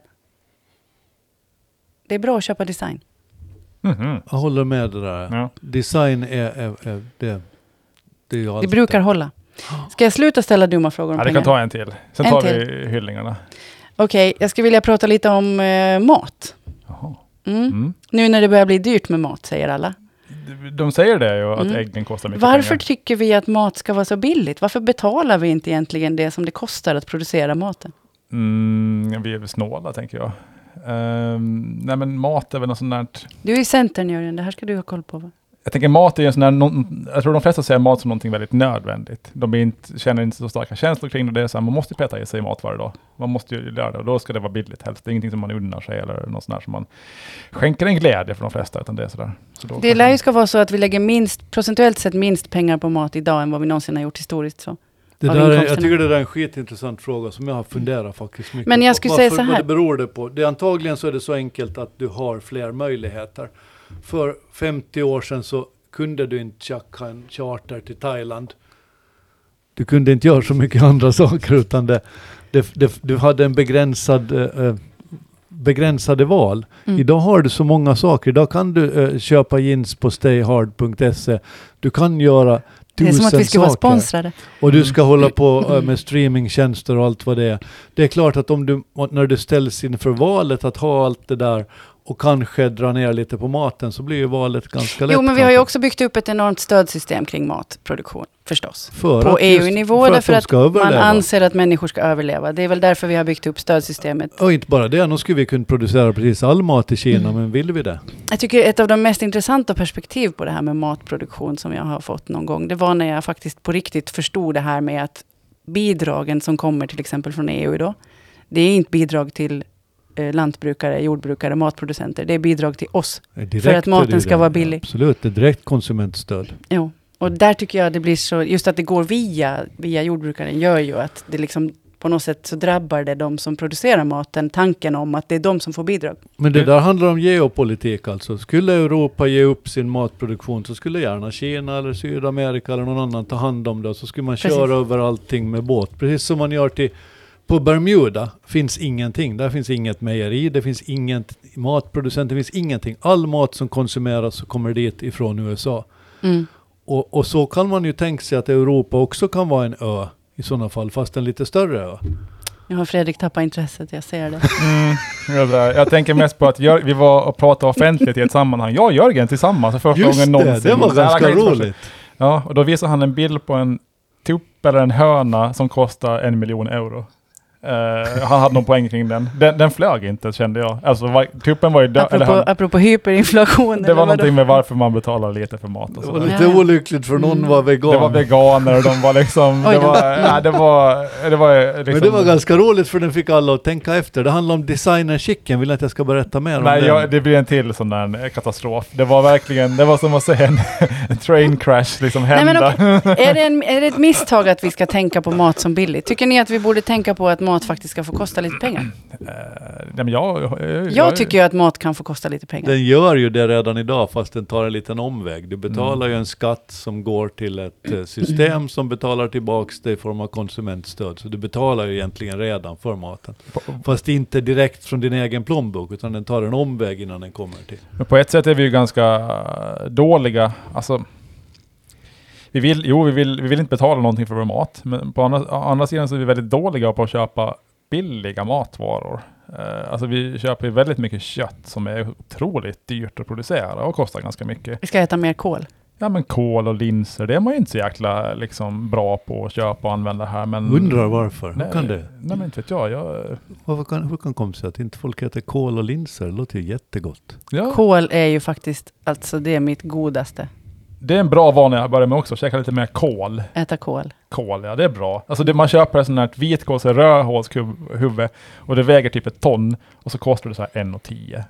S2: Det är bra att köpa design.
S1: Mhm.
S3: Jag håller med det där.
S1: ja.
S3: Design är, är, är det. Det, är ju
S2: Det
S3: allt
S2: brukar hålla. Ska jag sluta ställa dumma frågor om
S1: ja, det
S2: pengar?
S1: kan ta en till. Sen
S2: En
S1: tar vi
S2: till.
S1: hyllningarna.
S2: Okej, jag skulle vilja prata lite om eh, mat.
S1: Jaha.
S2: Mm.
S1: Mm.
S2: Nu när det börjar bli dyrt med mat, säger alla.
S1: De- De säger det ju, att
S2: Mm.
S1: äggen kostar mycket
S2: Varför
S1: pengar.
S2: tycker vi att mat ska vara så billigt? Varför betalar vi inte egentligen det som det kostar att producera maten?
S1: Mm, vi är väl snåla, tänker jag. Ehm, nej, men mat är väl något sånt där...
S2: Du är i Centern, Jörgen. Det här ska du ha koll på. Va?
S1: Jag tänker mat är ju en sån där, någon- jag tror de flesta ser mat som någonting väldigt nödvändigt. De är inte, känner inte så starka känslor kring det. det är så här, man måste ju peta i sig mat varje dag. Man måste ju göra det och då ska det vara billigt helst. Det är ingenting som man unnar sig eller något sånt där som man skänker en glädje för de flesta, utan det är sådär. Så då
S2: Det lär ju ska vara så att vi lägger minst, procentuellt sett minst pengar på mat idag än vad vi någonsin har gjort historiskt. Så.
S3: Det
S2: av
S3: där är, jag
S2: inkomsterna.
S3: tycker det där är en skitintressant fråga som jag har funderat faktiskt mycket
S2: Men jag
S3: på.
S2: skulle säga
S3: Varför-
S2: så
S3: Vad
S2: här.
S3: det beror det på? Det, är antagligen så är det så enkelt att du har fler möjligheter. För 50 år sedan så kunde du inte tjacka en charter till Thailand. Du kunde inte göra så mycket <laughs> andra saker utan det, det, det, du hade en begränsad eh, eh, begränsade val.
S2: Mm.
S3: Idag har du så många saker. Idag kan du eh, köpa jeans på stayhard.se. Du kan göra tusen
S2: Det är som att vi ska vara Mm.
S3: saker.
S2: sponsrade.
S3: Och du ska hålla på eh, med streamingtjänster och allt vad det är. Det är klart att om du, och när du ställs inför valet att ha allt det där och kanske dra ner lite på maten så blir ju valet ganska lätt.
S2: Jo, men vi har ju
S3: kanske.
S2: också byggt upp ett enormt stödsystem kring matproduktion, förstås.
S3: För
S2: På
S3: att just-
S2: EU-nivå,
S3: för att
S2: därför
S3: de
S2: att
S3: ska
S2: Man
S3: överleva.
S2: anser att människor ska överleva. Det är väl därför vi har byggt upp stödsystemet.
S3: Och inte bara det, nu skulle vi kunna producera precis all mat i Kina,
S2: Mm.
S3: men vill vi det?
S2: Jag tycker ett av de mest intressanta perspektiv på det här med matproduktion som jag har fått någon gång, det var när jag faktiskt på riktigt förstod det här med att bidragen som kommer till exempel från EU idag, det är inte bidrag till eh, lantbrukare, jordbrukare, matproducenter. Det är bidrag till oss.
S3: Direkt
S2: För att
S3: är
S2: maten
S3: det ju
S2: ska
S3: det.
S2: vara billig.
S3: Absolut, det är direkt konsumentstöd.
S2: Jo. Och där tycker jag det blir så, just att det går via, via jordbrukaren gör ju att det liksom på något sätt så drabbar det de som producerar maten, tanken om att det är de som får bidrag.
S3: Men det
S1: Det-
S3: där handlar om geopolitik alltså. Skulle Europa ge upp sin matproduktion så skulle gärna Kina eller Sydamerika eller någon annan ta hand om det och så skulle man
S2: Precis.
S3: köra över allting med båt. Precis som man gör till på Bermuda finns ingenting. Där finns inget mejeri, det finns inget matproducent, det finns ingenting. All mat som konsumeras så kommer dit ifrån USA. Och, och så kan man ju tänka sig att Europa också kan vara en ö i sådana fall, fast en lite större ö.
S2: Nu har Fredrik tappat intresset, jag ser det.
S1: Mm, jag, där. jag tänker mest på att Jör- vi var och pratade offentligt i ett sammanhang. Jag och Jörgen tillsammans för första
S3: Just
S1: gången
S3: det,
S1: någonsin.
S3: det var
S1: Så här,
S3: ganska
S1: jag kan inte-
S3: roligt.
S1: Ja, och då visade han en bild på en tupp eller en höna som kostar en miljon euro. Eh, han hade någon poäng kring den. den. Den flög inte kände jag. Alltså var, tuppen var ju död. Eller
S2: Apropå,
S1: hön-
S2: apropå hyperinflation.
S1: det
S2: eller
S1: var
S2: vadå?
S1: någonting med varför man betalar lite för mat och
S3: Det
S1: så.
S3: var
S1: där.
S3: lite
S2: Ja, ja.
S3: olyckligt för någon
S2: Mm.
S3: var vegan.
S1: Det var veganer och de var liksom...
S2: Oj
S1: det,
S2: då.
S1: var, nej, det var... Det var liksom,
S3: Men det var ganska roligt för den fick alla att tänka efter. Det handlar om designer chicken, vill ni att jag ska berätta mer
S1: Nej,
S3: om
S1: jag,
S3: den?
S1: det blir en till sån där eh, katastrof. Det var verkligen, det var som att se en, en <laughs> train crash liksom
S2: Nej, men
S1: hända.
S2: Är det, en, är det ett misstag att vi ska tänka på mat som billigt? Tycker ni att vi borde tänka på att mat faktiskt ska få kosta lite
S3: Mm.
S2: pengar?
S1: Eh, nej, men jag, jag, jag,
S2: Jag tycker ju att mat kan få kosta lite pengar.
S3: Den gör ju det redan idag, fast den tar en liten omväg. Du betalar ju en skatt som går till ett eh, <clears throat> system som betalar tillbaks det i form av konsumentstöd. Så du betalar ju egentligen redan för maten. Fast inte direkt från din egen plånbok, utan den tar en omväg innan den kommer till.
S1: Men på ett sätt är vi ju ganska dåliga. Alltså, vi vill, jo, vi vill, vi vill inte betala någonting för vår mat, men på andra, å andra sidan så är vi väldigt dåliga på att köpa billiga matvaror. Eh, alltså vi köper ju väldigt mycket kött som är otroligt dyrt att producera och kostar ganska mycket.
S2: Vi ska äta mer kol.
S1: ja, men kål och linser, det är man ju inte så jäkla liksom, bra på att köpa och använda här. Men,
S3: Undrar varför.
S1: Nej,
S3: hur kan det?
S1: Nej, men inte vet jag. jag
S3: Varför kan, hur kan det komma sig att inte folk äter kål och linser? Det låter ju jättegott.
S1: ja.
S2: Kål är ju faktiskt, alltså det är mitt godaste.
S1: Det är en bra vana jag börjar med också, käka lite mer kål.
S2: Äta kål.
S1: Kål, ja det är bra. Alltså det, man köper en sån här vitkål, så här rödhålshuvud, och det väger typ ett ton, och så kostar det så här 1,10.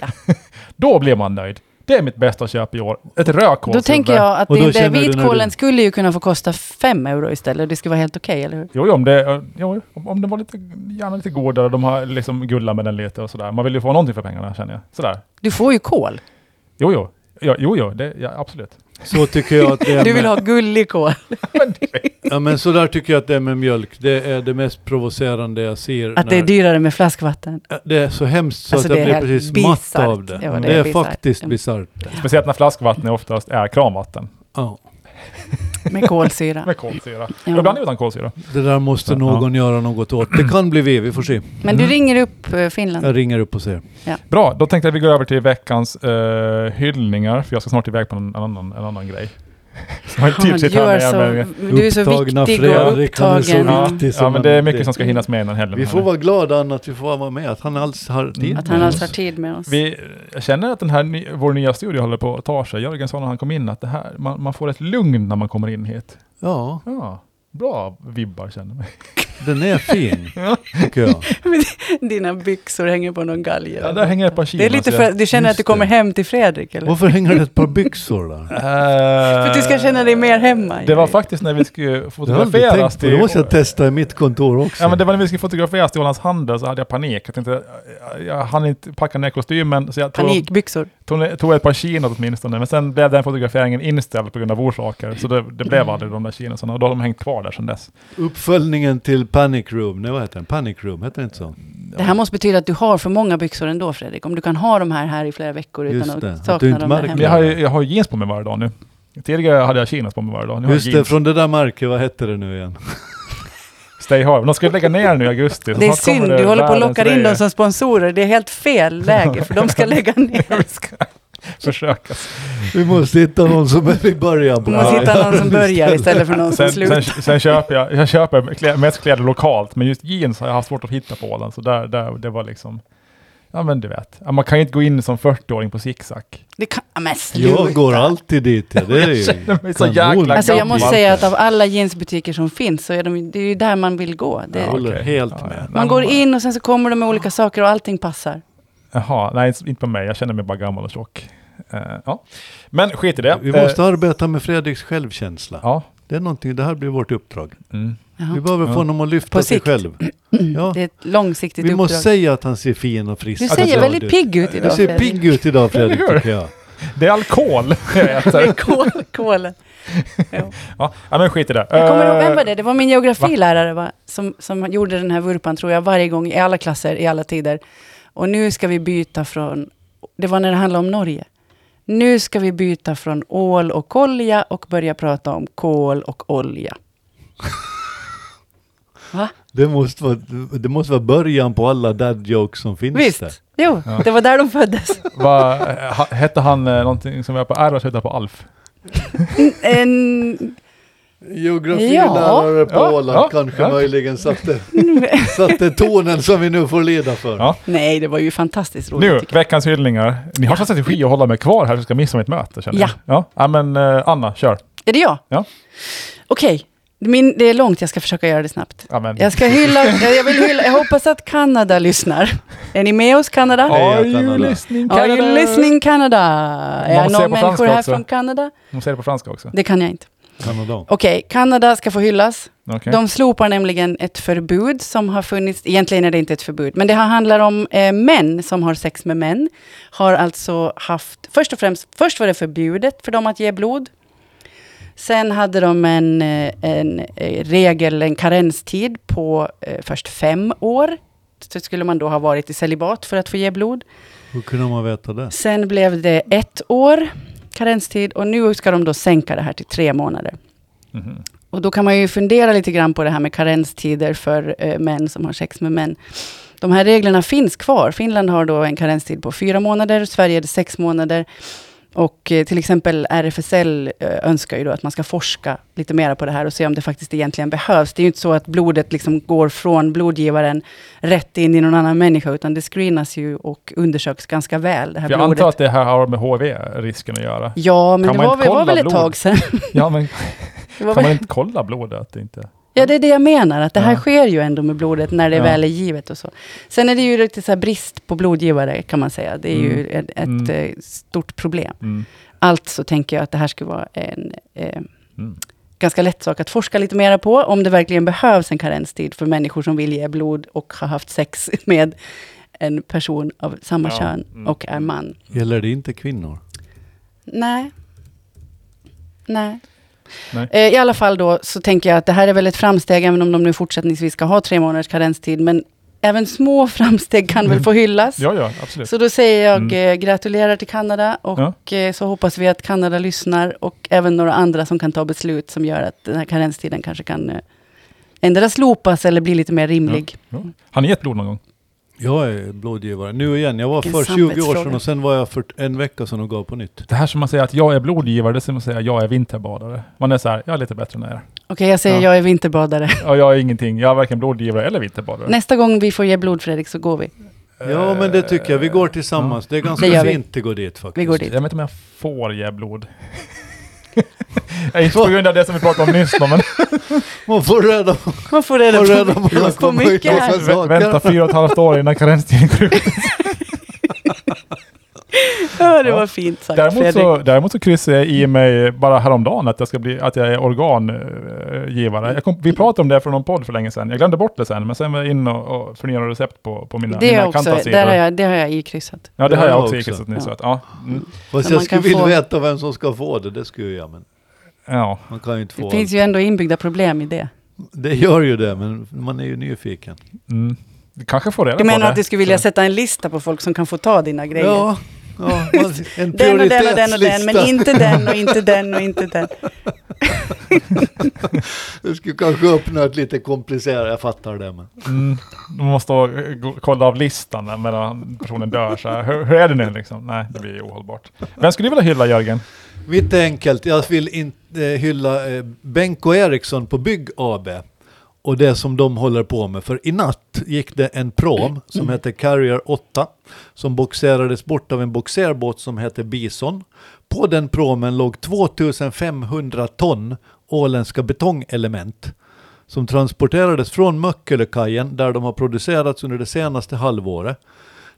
S2: Ja.
S1: <laughs> Då blir man nöjd. Det är mitt bästa köp i år. Ett rödkålshuvud.
S2: Då tänker jag att
S3: Och då
S2: det, det
S3: känner du när du-
S2: vitkålen skulle ju kunna få kosta fem euro istället. Det skulle vara helt okej, eller hur?
S1: Jo, jo, om det, eh, jo, om- om det var lite, gärna lite godare, de har liksom gullat med den lite och sådär. Man vill ju få någonting för pengarna känner jag. Sådär.
S2: Du får ju kål.
S1: Jo, jo. Ja, jo, jo, det, ja, absolut.
S3: Så tycker jag att det är
S2: Du vill
S3: med,
S2: ha gullig kål.
S3: ja, men så där tycker jag att det är med mjölk. Det är det mest provocerande jag ser.
S2: Att det är
S3: när-
S2: dyrare med flaskvatten.
S3: Ja, det är så hemskt så
S2: Alltså,
S3: att jag
S2: det är
S3: blir precis
S2: helt
S3: matt
S2: bisarrt.
S3: av det.
S2: Ja,
S3: det,
S2: det
S3: är,
S2: är bisarrt.
S3: faktiskt
S2: Mm.
S3: bisarrt.
S1: Speciellt när flaskvatten oftast är kranvatten
S3: Ja.
S2: Med kolsyra.
S3: <laughs>
S1: med kolsyra.
S2: Ja.
S1: Ibland utan kolsyra.
S3: Det där måste
S1: Ja.
S3: någon göra något åt. Det kan bli vi, vi får se.
S2: Men du ringer upp eh, Finland.
S3: Jag ringer upp och ser.
S1: Bra, då tänkte jag att vi går över till veckans eh, hyllningar, för jag ska snart iväg på en annan, en annan
S3: <laughs>
S1: grej. Som jag
S2: Fan,
S1: typ sitter
S2: du,
S1: här
S2: är
S1: med,
S2: så,
S1: men-
S2: du är så
S3: Upptagna
S2: viktig och
S3: Fredrik, han är så
S2: upptagen.
S1: ja,
S3: viktig som
S1: ja, men det är
S3: en-
S1: mycket som ska hinnas med innan helgen.
S3: Vi får vara glada Anna att vi får vara med, att han alls
S1: Mm.
S3: har tid
S2: Att
S3: med
S2: han
S3: oss.
S2: alls har tid med oss.
S1: Vi, jag känner att den här, ny- vår nya studio håller på att ta sig. Jörgen sa när han kom in att det här, man, man får ett lugn när man kommer in hit.
S3: Ja,
S1: Ja, bra vibbar känner jag.
S3: den
S1: <laughs>
S3: är fin, tycker jag.
S2: Dina byxor hänger på någon galge.
S1: Ja, där hänger ett par kilo.
S2: det är lite för att du känner
S3: Just
S2: att du kommer
S3: det.
S2: hem till Fredrik, eller?
S3: Varför hänger det ett par byxor där?
S1: För
S2: att du ska känna dig mer hemma.
S1: Eh, Det var faktiskt när vi skulle
S3: Det har jag aldrig
S1: fotograferas
S3: tänkt på. Det
S1: till...
S3: måste jag testa i mitt kontor också.
S1: Ja, men det var när vi skulle fotograferas till Ålands Handel så hade jag panik. Jag tänkte, jag, jag hann inte packa ner kostymen så jag tog,
S2: Panikbyxor.
S1: tog, tog ett par chinos åtminstone. Men sen blev den fotograferingen inställd på grund av orsaker. Så det, det
S2: Mm.
S1: blev aldrig de där chinosarna och då har de hängt kvar där sedan dess.
S3: Uppföljningen till Panic Room, nej vad heter den? Panic Room, heter den inte så?
S2: Det här måste betyda att du har för många byxor ändå, Fredrik. Om du kan ha de här här i flera veckor
S3: Just
S2: utan
S3: det, att
S2: att
S3: du
S2: sakna
S3: inte
S2: dem där
S3: märker
S1: Men
S2: hemma.
S1: jag har, ju- jag har ju jeans på mig varje dag nu. Tidigare hade jag chinos på mig varje dag. Nu har
S3: Just
S1: jag
S3: det,
S1: jeans.
S3: från det där märket, vad hette det
S1: <laughs>
S3: nu igen?
S1: Stay hard. De ska lägga ner nu i augusti. så
S2: Det är
S1: snart kommer
S2: synd, du håller på att
S1: världens
S2: locka in
S1: grejer.
S2: dem som sponsorer. Det är helt fel läge, för de ska lägga ner.
S1: Vi ska försöka.
S3: Vi måste hitta någon som vi börjar
S2: Du
S3: på.
S2: måste hitta någon som
S3: <laughs>
S2: börjar istället för någon som
S1: Sen, sen,
S2: slutar.
S1: sen köper jag, jag köper klä, mest kläder lokalt, men just jeans har jag haft svårt att hitta på Åland. Så där, där, det var liksom, ja men du vet. Ja, Man kan ju inte gå in som 40-åring på zigzag.
S2: Det kan, ja, men sluta.
S3: Jag går alltid dit, ja.
S1: <laughs>
S3: det är ju
S1: känner mig så
S3: kanon.
S1: jäkla
S2: Alltså jag måste
S1: gammal.
S2: säga att av alla jeansbutiker som finns så är de, det är ju där man vill gå. Det,
S3: Ja. håller
S1: okej.
S3: helt
S1: Ja,
S3: med.
S1: ja.
S2: Man går in och sen så kommer de med olika saker och allting passar.
S1: Jaha, nej inte på mig. Jag känner mig bara gammal och tjock. Eh, ja. Men skit i det.
S3: Vi
S1: Eh,
S3: måste arbeta med Fredriks självkänsla.
S1: ja.
S3: Det är någonting, det här blir vårt uppdrag.
S1: Mm.
S2: Jaha.
S3: Vi behöver få
S1: Ja.
S3: honom att lyfta
S2: På
S3: sig
S2: sikt.
S3: själv. Ja,
S2: Mm. Det är ett långsiktigt
S3: vi måste
S2: uppdrag.
S3: säga att han ser fin och frisk
S2: Du
S3: och
S2: ser
S3: glad
S2: väldigt
S3: ut.
S2: pigg ut idag.
S3: Du ser
S2: Fredrik.
S3: pigg ut idag Fredrik,
S1: Eller hur?
S3: tycker jag.
S1: Det är alkohol <laughs> jag
S2: Det är
S1: äter.
S2: <laughs> kol, kolen. Ja.
S1: Ja, ja, men skit i det.
S2: Jag kommer ihåg, vem var
S1: Eh,
S2: det? Det var min geografilärare va? som, som gjorde den här vurpan, tror jag, varje gång i alla klasser, i alla tider. Och nu ska vi byta från, det var när det handlade om Norge. Nu ska vi byta från ål och kolja och börja prata om kol
S1: <laughs>
S2: och olja. Va?
S3: Det måste, vara, det måste vara början på alla dad jokes som finns
S2: Visst?
S3: där.
S2: Jo,
S1: Ja.
S2: det var där de föddes. <laughs>
S1: Eh, Vad ha- hette han eh, någonting som var på R och slutade på Alf?
S2: En,
S3: Geografilärare på
S1: Ja.
S3: Åland
S1: Ja.
S3: kanske
S1: Ja.
S2: <laughs>
S3: möjligen satte, satte tonen som vi nu får leda för.
S1: Ja.
S2: nej, det var ju fantastiskt roligt.
S1: Nu,
S2: tycker jag.
S1: veckans hyllningar. Ni har en strategi att hålla mig kvar här så jag ska missa mitt möte känner jag.
S2: Ja.
S1: Ja. ja men eh, Anna, kör.
S2: Är det jag?
S1: Ja.
S2: Okej, Min- det är långt, jag ska försöka göra det snabbt.
S1: Ja, men,
S2: Jag
S1: <laughs>
S2: ska hylla, jag jag vill hylla, jag hoppas att Kanada lyssnar. Är ni med oss Kanada?
S3: Ja.
S1: Are
S3: Hej, Canada.
S1: you listening
S2: Are
S1: Canada?
S2: you listening Canada?
S1: Man
S2: Är
S1: måste säga på
S2: några
S1: franska
S2: människor här
S1: också.
S2: från Kanada?
S1: Hon säger det på franska också.
S2: Det kan jag inte.
S3: Kanada.
S2: Okej, Kanada ska få hyllas.
S1: Okej.
S2: De slopar nämligen ett förbud som har funnits, egentligen är det inte ett förbud, men det här handlar om eh, män som har sex med män, har alltså haft, först och främst, först var det förbjudet för dem att ge blod. Sen hade de en, eh, en eh, regel, en karenstid på eh, först fem år. Så skulle man då ha varit i celibat för att få ge blod.
S3: Hur kunde man veta det?
S2: Sen blev det ett år karenstid och nu ska de då sänka det här till tre månader.
S1: Mhm.
S2: Och då kan man ju fundera lite grann på det här med karenstider för eh, män som har sex med män. De här reglerna finns kvar. Finland har då en karenstid på fyra månader, Sverige är det sex månader. Och eh, till exempel RFSL eh, önskar ju då att man ska forska lite mera på det här och se om det faktiskt egentligen behövs. Det är ju inte så att blodet liksom går från blodgivaren rätt in i någon annan människa, utan det screenas ju och undersöks ganska väl, det här
S1: För jag
S2: blodet.
S1: antar att det här har med HIV-risken att göra.
S2: Ja, men
S1: Kan
S2: det
S1: man
S2: var,
S1: inte
S2: väl- var
S1: kolla
S2: väl ett
S1: blod?
S2: tag sedan.
S1: Ja,
S2: <laughs>
S1: men
S2: Det var
S1: kan
S2: väl,
S1: man inte kolla blodet? Inte?
S2: ja, det är det jag menar, att det här
S1: Ja.
S2: sker ju ändå med blodet när det
S1: Ja.
S2: väl är givet och så. Sen är det ju lite så här brist på blodgivare, kan man säga. Det är ju ett, ett
S1: Mm.
S2: eh, stort problem.
S1: Mm.
S2: Alltså tänker jag att det här skulle vara en eh,
S1: Mm.
S2: ganska lätt sak att forska lite mera på, om det verkligen behövs en karenstid för människor som vill ge blod och har haft sex <laughs> med en person av samma
S1: Ja.
S2: kön
S1: Mm.
S2: och är man.
S3: Gäller det inte kvinnor?
S2: Nej. Nej.
S1: Nej.
S2: Eh, I alla fall då så tänker jag att det här är väl ett framsteg, även om de nu fortsättningsvis ska ha tre månaders karenstid, men även små <laughs> framsteg kan väl få hyllas.
S1: Mm. Ja, Mm. ja, absolut.
S2: Så då säger jag eh, gratulerar till Kanada och eh, så hoppas vi att Kanada lyssnar och även några andra som kan ta beslut som gör att den här karenstiden kanske kan eh, ändra slopas eller bli lite mer rimlig.
S1: Ja. Har ni gett blod någon gång?
S3: Jag är blodgivare. Nu igen, jag var
S2: Vilken
S3: för 20 år sedan
S2: samvetsfråga.
S3: och sen var jag för en vecka sedan och gav på nytt.
S1: Det här som man säger att jag är blodgivare, det är som att säga jag är vinterbadare. Man är så här, jag är lite bättre än er.
S2: Okej, jag säger
S1: Ja.
S2: jag är vinterbadare.
S1: Ja, jag är ingenting, jag är varken blodgivare eller vinterbadare.
S2: Nästa gång vi får ge blod, Fredrik, så går vi.
S3: Ja, men det tycker jag. Vi går tillsammans. Det är ganska
S2: Det gör vi.
S3: fint att gå dit faktiskt.
S2: Vi går dit.
S1: Jag vet inte om jag får ge blod. <laughs> Nej, inte på grund av det som vi pratade om nyss, då,
S2: <laughs>
S1: men
S3: Man får reda på,
S2: Man får reda
S3: man får
S2: på,
S3: reda på,
S2: på mycket här.
S3: olika saker.
S1: vä- vänta fyra och ett halvt år innan karenstiden går ut.
S2: <laughs> Ja, det
S1: Ja.
S2: var fint sagt,
S1: Däremot
S2: Fredrik.
S1: så, däremot så kryssade jag i mig bara häromdagen att jag, ska bli, att jag är
S2: Mm.
S1: organgivare. Jag kom, vi pratade om det från någon podd för länge sedan. Jag glömde bort det sen, men sen var jag in och, och förnyade recept på, på mina,
S2: Det, är
S1: mina
S2: också,
S1: Kantasidor.
S2: där har jag, det har jag ikryssat.
S1: Ja, det
S3: Det
S1: har
S3: har
S1: jag
S3: jag
S1: också
S3: också.
S1: ikisat nu.
S2: Ja.
S1: Så att, ja, mm,
S3: Fast
S2: Men man
S3: jag skulle
S2: kan
S3: vilja
S2: få-
S3: veta vem som ska få det. Det skulle jag, men
S1: ja.
S3: man kan ju inte få
S2: Det
S3: allt.
S2: finns ju ändå inbyggda problem i det.
S3: Det gör ju det, men man är ju nyfiken.
S1: Mm. Du kanske får reda
S2: Du
S1: på
S2: menar
S1: det.
S2: att du skulle vilja sätta en lista på folk som kan få ta dina grejer?
S3: Ja, ja man, en
S2: Den och den och den och den, men
S3: prioritetslista.
S2: inte den och inte den och inte den.
S3: Du skulle kanske öppna ett lite komplicerat, jag fattar det. Men.
S1: Mm. Du måste eh, gå- kolla av listan där medan personen dör. Så här. Hur, hur är det nu liksom? Nej, det blir ju ohållbart. Vem skulle du vilja hylla Jörgen?
S3: Mitt är enkelt, jag vill inte eh, hylla eh, Benko Eriksson på Bygg AB och det som de håller på med. För i natt gick det en prom som hette Carrier 8 som boxerades bort av en boxerbåt som hette Bison. På den promen låg 2500 ton åländska betongelement som transporterades från Möckelökajen där de har producerats under det senaste halvåret.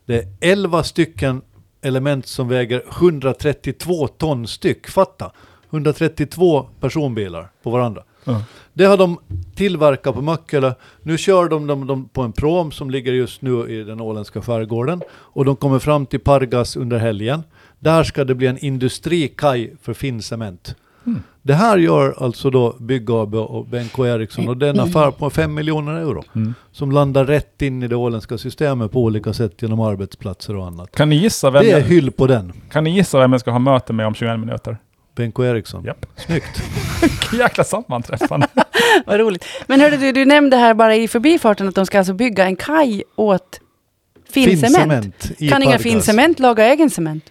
S3: Det är 11 stycken element som väger 132 ton styck. Fatta! 132 personbilar på varandra. Det har de tillverkat på Möckele. Nu kör de dem dem på en prom som ligger just nu i den åländska skärgården. Och de kommer fram till Pargas under helgen. Där ska det bli en industrikaj för fincement. Det här gör alltså då Bygg AB och Benko Eriksson och det är en affär på 5 miljoner euro som landar rätt in i det åländska systemet på olika sätt genom arbetsplatser och annat.
S1: Kan ni gissa vem,
S3: Det är
S1: jag,
S3: hyll på den,
S1: kan ni gissa vem jag ska ha möte med om 21 minuter?
S3: Benko Eriksson.
S1: Japp.
S2: <laughs>
S3: Snyggt.
S1: Vilket jäkla sammanträffande. <laughs>
S2: Vad roligt. Men hörru du, du nämnde här bara i förbifarten att de ska alltså bygga en kaj åt fincement.
S3: i
S2: Kan inga
S3: Pargas.
S2: fincement laga egen cement?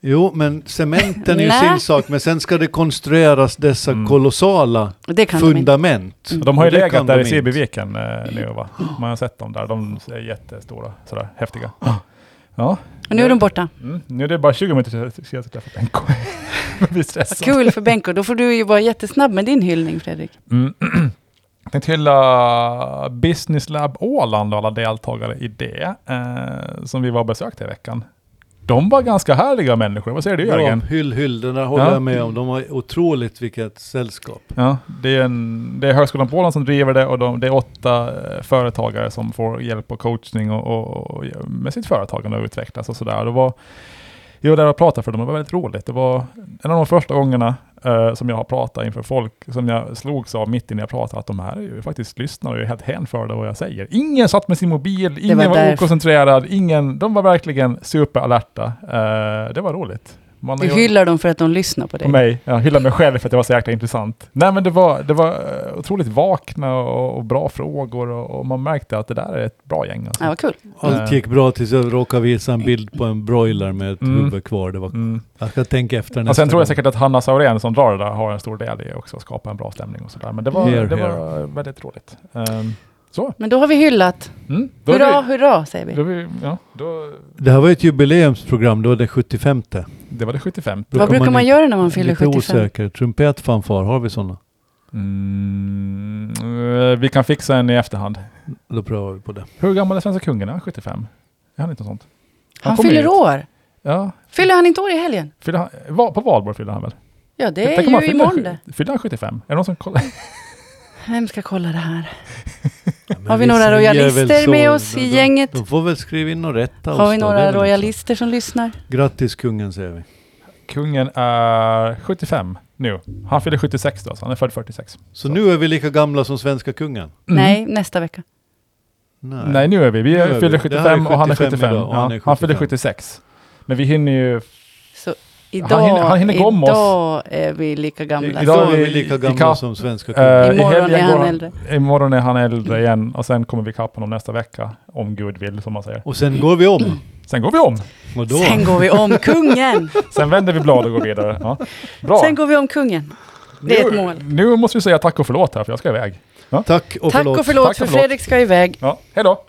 S3: Jo, men cementen är
S2: <laughs>
S3: ju
S2: Nej.
S3: sin sak, men sen ska det konstrueras dessa kolossala
S2: Det kan de inte. Mm.
S3: fundament.
S1: Mm. De har ju
S3: Och det kan
S1: legat där
S3: de
S1: i
S3: inte.
S1: Sibyviken eh, nu va? Man har sett dem där. De är jättestora, sådär häftiga. Ja,
S2: Och nu är de borta.
S1: mm. nu är det bara 20 minuter tills jag ska träffa Benko. Jag blir stressad.
S2: Kul för Benko. Då får du ju vara jättesnabb med din hyllning, Fredrik.
S1: Mm. <clears throat> Jag tänkte hylla Business Lab Åland och alla deltagare i det eh, som vi var och besökte i veckan. De var ganska härliga människor. Vad säger du
S3: Bra,
S1: Jörgen?
S3: hyll, hyll, den där håller
S1: Ja.
S3: jag med om. De har otroligt vilket sällskap.
S1: Ja, Typ. det, är en, det är Högskolan på Åland som driver det och de, det är åtta eh, företagare som får hjälp och coachning och, och, och med sitt företagande och utvecklas och sådär. Det var, jag var där och pratade för dem och det var väldigt roligt. Det var en av de första gångerna eh, som jag har pratat inför folk som jag slogs av mitt innan jag pratade att de här är ju faktiskt lyssnare och är helt hänförda vad jag säger. Ingen satt med sin mobil, ingen
S2: var
S1: var,
S2: därför.
S1: okoncentrerad, ingen, de var verkligen superalerta. Eh, det var roligt. Man har
S2: Du
S1: gjort-
S2: hyllar dem för att de lyssnar på
S1: på
S2: dig.
S1: mig. Jag hyllar mig själv för att det var så jäkla intressant. Nej men det var, det var eh, otroligt vakna och, och bra frågor och, och man märkte att det där är ett bra gäng. Alltså.
S2: Ja, vad kul.
S3: Allt gick bra tills jag råkade visa en bild på en broiler med ett
S1: Mm.
S3: huvud kvar. Det var,
S1: Mm.
S3: jag ska tänka efter nästa
S1: Och sen tror
S3: gång.
S1: jag säkert att Hanna Saurén som drar det där har en stor del i också, att skapa en bra stämning och sådär. Men det var,
S3: Here,
S1: det
S3: here.
S1: var väldigt roligt. Ehm, så.
S2: Men då har vi hyllat.
S1: Mm. Då är
S2: Hurra,
S1: vi-
S2: hurra, säger
S1: Då
S2: vi.
S1: är vi, ja, då,
S3: Det här var ju ett jubileumsprogram, då det 75.
S1: det var det 75.
S2: Vad brukar man göra när man fyller
S3: Lite
S2: 75?
S3: osäker. Trumpetfanfar, har vi sådana?
S1: Mm, eh, vi kan fixa en i efterhand.
S3: Då prövar vi på det.
S1: Hur gammal är svenska kungen? Är han 75? Är han inte något sånt?
S2: Han
S1: kommer
S2: fyller
S1: hit.
S2: år.
S1: Ja,
S2: Fyller han inte år i helgen?
S1: fyller han, va- på valborg fyller han väl?
S2: Ja, det
S1: Tänk om
S2: är
S1: han
S2: ju
S1: fyller-
S2: imorgon det.
S1: Fyller han 75? Är det någon som kollar?
S2: Vem ska kolla det här? Har vi några royalister med oss i gänget?
S3: De får väl skriva in och rätta oss.
S2: Har vi
S3: då, det
S2: några
S3: är väl
S1: liksom.
S3: inte så.
S2: royalister som lyssnar?
S1: Mm.
S3: Grattis kungen säger vi.
S1: <laughs> Kungen är 75 nu. Han fyller 76 då, så han är född 46.
S3: Så nu är vi lika gamla som svenska kungen?
S1: Mm.
S2: Nej, nästa vecka.
S1: Nej. nu är vi. Vi
S3: Nu är vi.
S1: fyller
S3: Det här är
S1: 75 och han är
S3: 75
S1: 75.
S3: idag och
S1: ja,
S3: han
S1: han,
S3: är
S1: fyller
S3: 75.
S1: 76. Men vi hinner ju...
S2: Så idag,
S1: Han hinner- han hinner gå om oss.
S2: idag är vi lika gamla.
S3: Idag,
S1: Idag
S3: är
S1: är
S3: vi
S1: vi
S3: lika
S1: i
S3: gamla
S1: kapp.
S3: som svenska
S1: eh,
S3: kungen.
S1: i
S2: Imorgon
S1: helgen
S2: är han
S1: går
S2: äldre.
S1: Imorgon är han äldre igen och sen kommer vi ikapp honom nästa vecka. Om Gud vill, som man säger.
S3: Och sen går vi om.
S1: Sen går vi om.
S3: Och då?
S2: Sen går vi om kungen.
S1: Sen vänder vi blad och går vidare. Ja. <laughs> Bra.
S2: Sen går vi om kungen. det är ett
S1: Nu-
S2: mål.
S1: Nu måste vi säga tack och förlåt här, för jag ska iväg.
S3: Tack
S2: Tack
S3: och förlåt.
S2: och förlåt,
S1: Tack och
S2: för
S1: förlåt.
S2: Fredrik ska iväg.
S1: Ja, hej då!